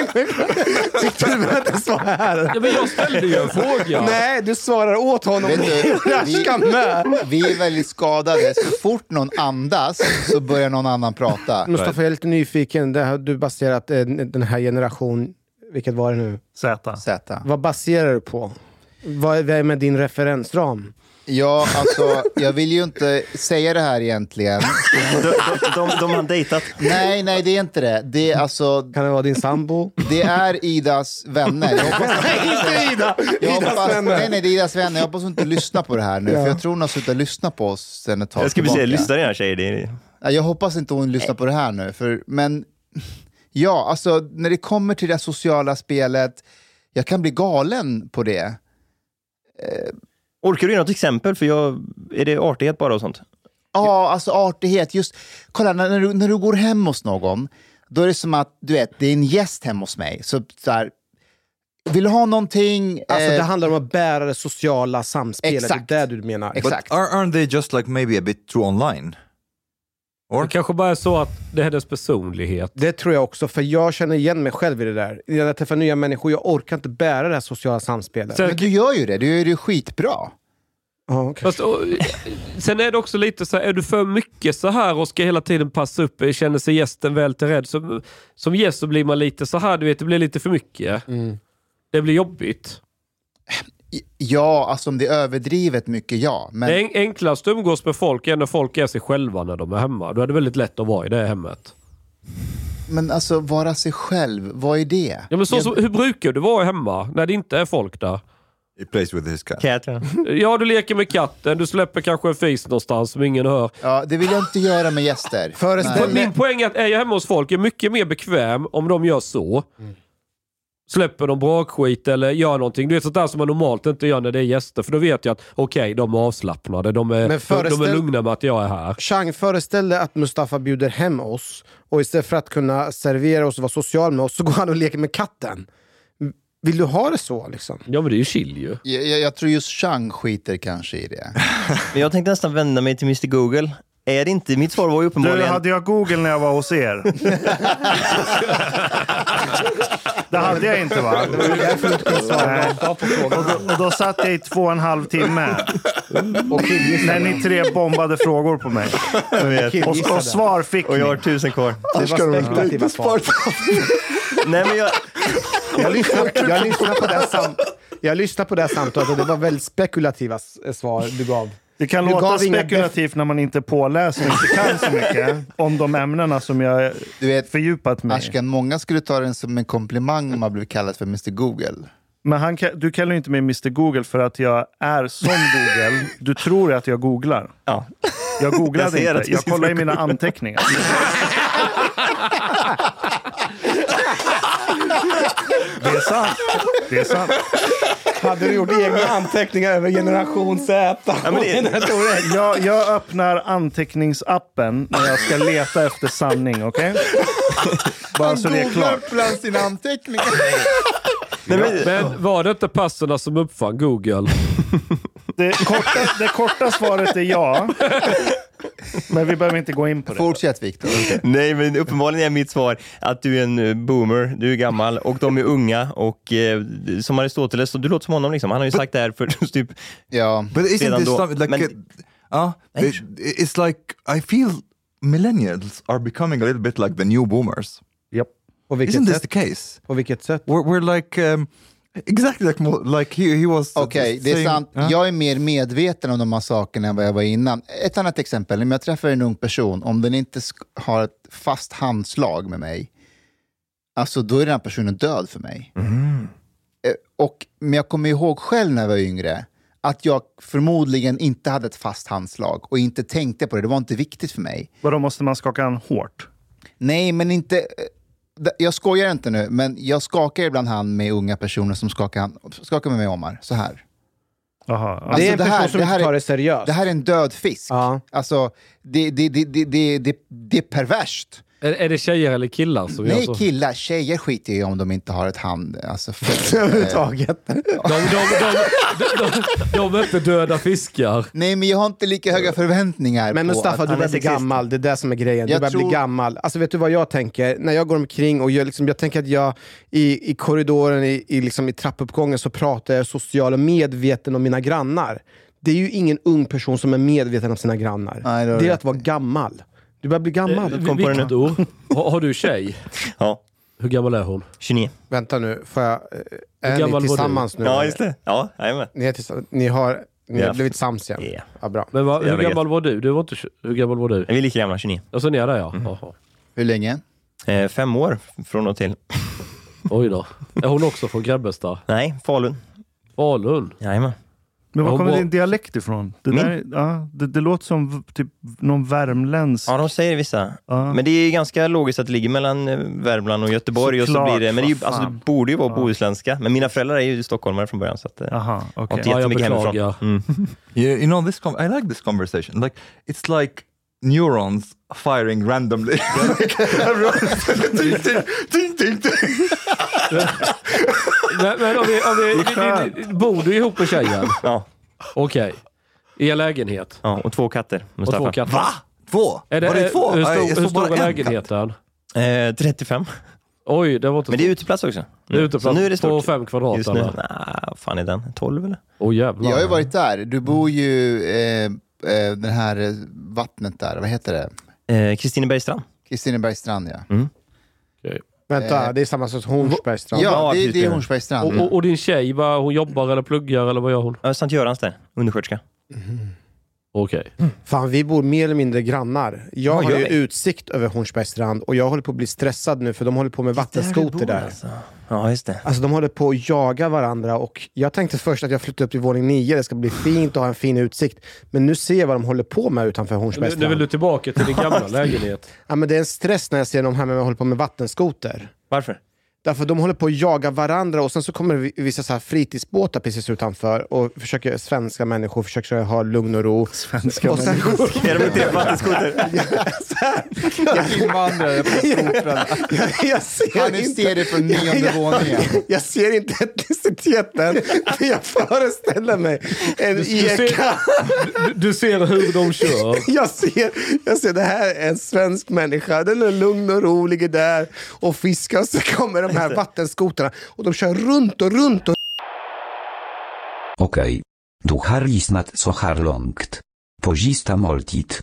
Viktor, du behöver inte svara här.
Ja, men jag ställde ju en fråga.
Nej, du svarar åt honom.
vet du,
Ashkan med.
vi, vi är väldigt skadade. Så fort någon andas så börjar någon annan prata.
Mustafa, jag är lite nyfiken. Det här, du baserat eh, den här generationen, vilket var det nu?
Z.
Z.
Vad baserar du på? Vad är- vad är med din referensram?
Ja, alltså, jag vill ju inte säga det här egentligen.
de, de, de, de har dejtat.
Nej, nej, det är inte det. Det är, alltså,
Kan det vara din sambo?
det är Idas vänner. Jag hoppas
inte Ida!
Jag hoppas,
Idas
nej,
vänner.
nej, det är Idas vänner. Jag hoppas hon inte lyssnar på det här nu, för jag tror hon har slutat lyssna på oss sen ett tag
Jag ska precis säga,
tillbaka.
lyssna dina tjejer. Det är...
Ja, Jag hoppas inte hon
Eh.
lyssnar på det här nu, för, men ja, alltså när det kommer till det här sociala spelet, jag kan bli galen på det.
Orkar du ge något exempel? För jag, är det artighet bara och sånt?
Ja, alltså artighet. Just, kolla, när, när, du, när du går hem hos någon, då är det som att du vet, det är en gäst hemma hos mig. Så, så här, vill du ha någonting?
Alltså,
Eh,
det handlar om att bära det sociala samspelet.
Exakt.
Det är det du menar.
Exakt.
Are, aren't they just like maybe a bit too online?
Det kanske bara är så att det är hennes personlighet.
Det tror jag också, för jag känner igen mig själv i det där. När jag träffar nya människor, jag orkar inte bära det här sociala samspelet.
Sen,
Men du gör ju det, du gör det skitbra.
Ja, okej.
fast, och, sen är det också lite så här, är du för mycket så här och ska hela tiden passa upp, känner sig gästen väl till rädd. Som, som gäst så blir man lite så här, du vet, det blir lite för mycket. Det blir jobbigt.
I- Ja, alltså om det är överdrivet mycket, ja. Men
Det en- enklaste att umgås med folk är när folk är sig själva när de är hemma. Då är det väldigt lätt att vara i det hemmet.
Men alltså, vara sig själv, vad är det?
Ja, men så, som- hur brukar du vara hemma när det inte är folk där?
He plays with his cat.
Catherine.
Ja, du leker med katten, du släpper kanske en fis någonstans som ingen hör.
Ja, det vill jag inte göra med gäster.
Föreställ
Nej.
Min poäng är att är jag hemma hos folk, jag är mycket mer bekväm om de gör så. Släpper de brakskit eller gör någonting. Du vet sånt där som man normalt inte gör när det är gäster. För då vet jag att okej, de är avslappnade. De är,
Men föreställ-
de är lugna med att jag är här.
Chang, föreställ dig att Mustafa bjuder hem oss och istället för att kunna servera oss och vara social med oss så går han och leker med katten. Vill du ha det så liksom?
Ja, men det är ju chill ju.
Jag, jag, jag tror just Chang skiter kanske i det.
Men jag tänkte nästan vända mig till Mr Google. Är det inte, mitt svar var ju
Du,
uppenbarligen...
hade jag Google när jag var hos er? det hade jag inte va? Nej. Och då, och då satt jag i två och en halv timme. När ni tre bombade frågor på mig. Och, och svar fick
Och jag har
ni.
tusen kvar.
Det var spekulativa svar.
Nej, men jag...
Jag lyssnade, jag, lyssnade på det här sam- jag lyssnade på det här samtalet och det var väldigt spekulativa s- svar du gav.
Det kan
Du
låta
gav inga
spekulativt när man inte är påläst och inte kan så mycket om de ämnena som jag
Du vet,
fördjupat mig i.
Ashkan, många skulle ta den som en komplimang om man blev kallad för Mr Google.
Men han, kan- du kallar ju inte mig Mr Google för att jag är som Google. Du tror att jag googlar.
Ja.
Jag
Jag
googlade
ser att
inte.
du
Jag
sitter
kollade i
och
mina anteckningar. Det är sant. Det är sant.
Hade du gjort egna anteckningar över generation Z?
Ja, men det,
Jag, jag öppnar anteckningsappen när jag ska leta efter sanning, okej? Bara så det är klart.
bland sina anteckningar.
nej, men,
Men var det inte passerna som uppfann Google?
Det korta, det korta svaret är ja. Men vi behöver inte gå in på det.
Fortsätt Viktor.
nej, men uppenbarligen är mitt svar att du är en eh, boomer, du är gammal och de är unga och eh, som Aristoteles, så du låter som honom liksom. Han har ju sagt det här för typ...
Ja.
But isn't
Redan
this
då.
something like...
Men-
uh, it's like, I feel millennials are becoming a little bit like the new boomers.
På
Isn't
vilket
this the
sätt?
case?
På vilket sätt?
We're, we're like... Um, exactly like, mo- like he, he was...
Okej, det är
saying-
sant.
Ja.
Jag är mer medveten om de här sakerna än vad jag var innan. Ett annat exempel, om jag träffar en ung person, om den inte sk- har ett fast handslag med mig, alltså då är den här personen död för mig. Eh, Och, men jag kommer ihåg själv när jag var yngre, att jag förmodligen inte hade ett fast handslag och inte tänkte på det. Det var inte viktigt för mig.
Vadå, måste man skaka han hårt?
Nej, men inte... eh, d- Jag skojar inte nu, men jag skakar ibland hand med unga personer som skakar, hand, skakar med mig Omar, så här.
Jaha. ja.
Det är en
Alltså, det
person
här- det här
som inte tar
är-
det seriöst.
Det här är en död fisk.
Ja.
Alltså, det, det, det, det, det, det, det är perverst.
är, är det tjejer eller killar som gör
Nej,
så?
killar, tjejer skiter ju om de inte har ett hand. Alltså, för,
Överhuvudtaget.
De, de, de, de, de, de är inte döda fiskar.
nej, men jag har inte lika höga förväntningar.
Men
på
Mustafa,
att,
han
du
är
börjar bli
sexist.
gammal. Det är det som är grejen. Du
Jag
börjar bli
tror-
gammal. Alltså vet du vad jag tänker? När jag går omkring och jag, liksom, jag tänker att jag i, i korridoren, i, i, liksom, i trappuppgången så pratar jag social och medveten om mina grannar. Det är ju ingen ung person som är medveten om sina grannar.
Nej, det har
det är
du
att vara gammal. Du börjar bli gammal.
Eh,
kom på det nu.
Viktor, har, har du tjej?
Ja,
Hur gammal är hon?
29.
Vänta nu, får jag... eh, Är
gammal var
ni
du?
tillsammans nu?
Ja,
eller?
just det. Ja, jajamän.
Ni, är tillsammans, ni har ni
Ja.
har blivit sams igen?
Ja.
Ja, bra.
Men va, hur
Jävla
gammal var du? du var inte, tj- hur gammal var du?
Vi är lika Mm. gamla, 29.
Alltså ni är där ja. Jaha.
Hur länge?
Eh, fem år från och till.
Oj då. Är hon också från Grebbestad?
Nej, Falun.
Falun?
Jajamän.
Men
Ja,
var kommer
och-
din dialekt ifrån? Det,
Min?
Mm.
där, är- ja, det, det låter som v- typ någon värmländsk.
Ja, de säger vissa.
Ja.
Men det är ju ganska logiskt att det ligger mellan eh, Värmland och Göteborg. och så
Såklart,
blir det, men det, är ju,
vad
alltså,
fan.
det borde ju vara
Ja.
bohuslänska. Men mina föräldrar är ju stockholmare från början. Så att, eh,
Aha, okej.
Ja,
Ja, jag
jättemycket hemifrån.
beklagar.
Mm.
You, you know, this com- I like this conversation. Like it's like neurons firing randomly. Typ, Like, everyone's- ting, ting, ting, ting, ting.
Men, men om vi, om vi, ni- ni- ni- bor du ihop med tjejen?
Ja.
Okej. I en lägenhet?
Ja, och två katter.
Och
Mustafa.
två katter?
Va? Två?
Är det,
Var det två?
Hur
Nej, jag
stor, hur
såg bara
stor är
en
lägenheten?
Eh, 35.
Oj, det var inte
Men det är uteplats också. Mm.
Det är uteplats
Så nu är det
på
stort.
fem kvadrat.
Just nu. Nej, vad fan är den? 12 eller?
Åh jävlar.
Jag har ju varit där. Du bor
Mm.
ju eh, eh, det här eh, vattnet där, vad heter det?
Eh, Kristinebergstrand.
Kristinebergsstrand ja.
Mm.
Vänta, det är samma som Hornsbergsstrand.
Eh. Ja, det,
precis,
det är
ja.
Hornsbergsstrand.
och, och, och din tjej, vad, hon jobbar eller pluggar eller vad gör hon?
Mm.
Mm.
Ja, Sankt Görans där. Undersköterska.
Okej.
Fan, vi bor mer eller mindre grannar. Jag
Ja,
har
gör
ju
vi.
utsikt över Hornsbergsstrand och jag håller på att bli stressad nu för de håller på med vattenskoter där.
Alltså. Ja, just det.
Alltså de håller på att jaga varandra och jag tänkte först att jag flyttade upp till våning nio, det ska bli fint och ha en fin utsikt. Men nu ser jag vad de håller på med utanför
Nu, nu
Hornsbergsstrand.
vill du tillbaka till din gamla lägenhet.
Ja, men det är en stress när jag ser dem här med håller på med vattenskoter.
Varför?
Därför de håller på att jaga varandra och sen så kommer det vissa så här fritidsbåtar precis utanför och försöker, svenska människor försöker ha lugn och ro. Svenska och sen,
Är de inte vattenskoter?
Invandrare på Skotland.
jag, jag ser
Han
inte.
ser det från nionde våningen.
Jag ser inte etniciteten, för jag föreställer mig en
Du ser,
eka.
du, du ser hur de kör.
Jag ser, jag ser, det här är en svensk människa. Den är lugn och rolig där och fiskar. Och så kommer de här vattenskotrarna och de kör runt och runt. Och...
Okej. Du har lyssnat så här långt. På sista måltid.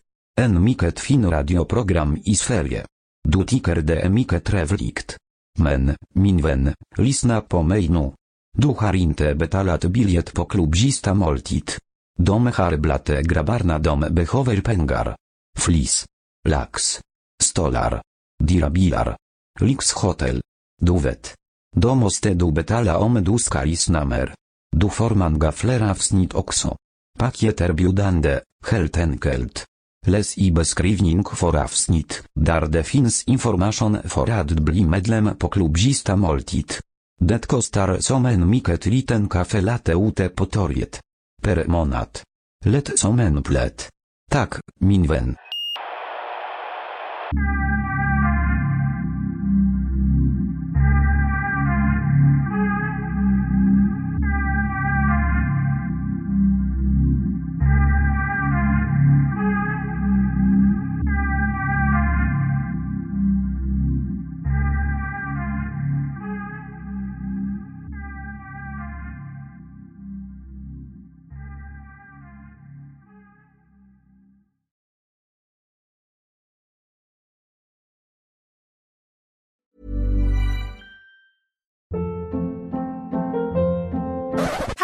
En mycket fin radioprogram i Sverige. Du tycker det är mycket trevligt. Men, min vän, lyssna på mig nu. Du har inte betalat bilet på klubb sista måltid. De har blate grabarna dom behöver pengar. Flis. Lax. Stolar. Dirabilar. Lix hotel. Du vet. De måste du betala om du ska lyssna mer. Du forman gaflera wsnit okso. Pakieter biudande, heltenkelt. Les i beskrivning for avsnit, dar defins information for adbli medlem po klubzista moltit. Detko star somen miket liten kafe late ute potoriet. Per monat. Let somen plet. Tak, minwen.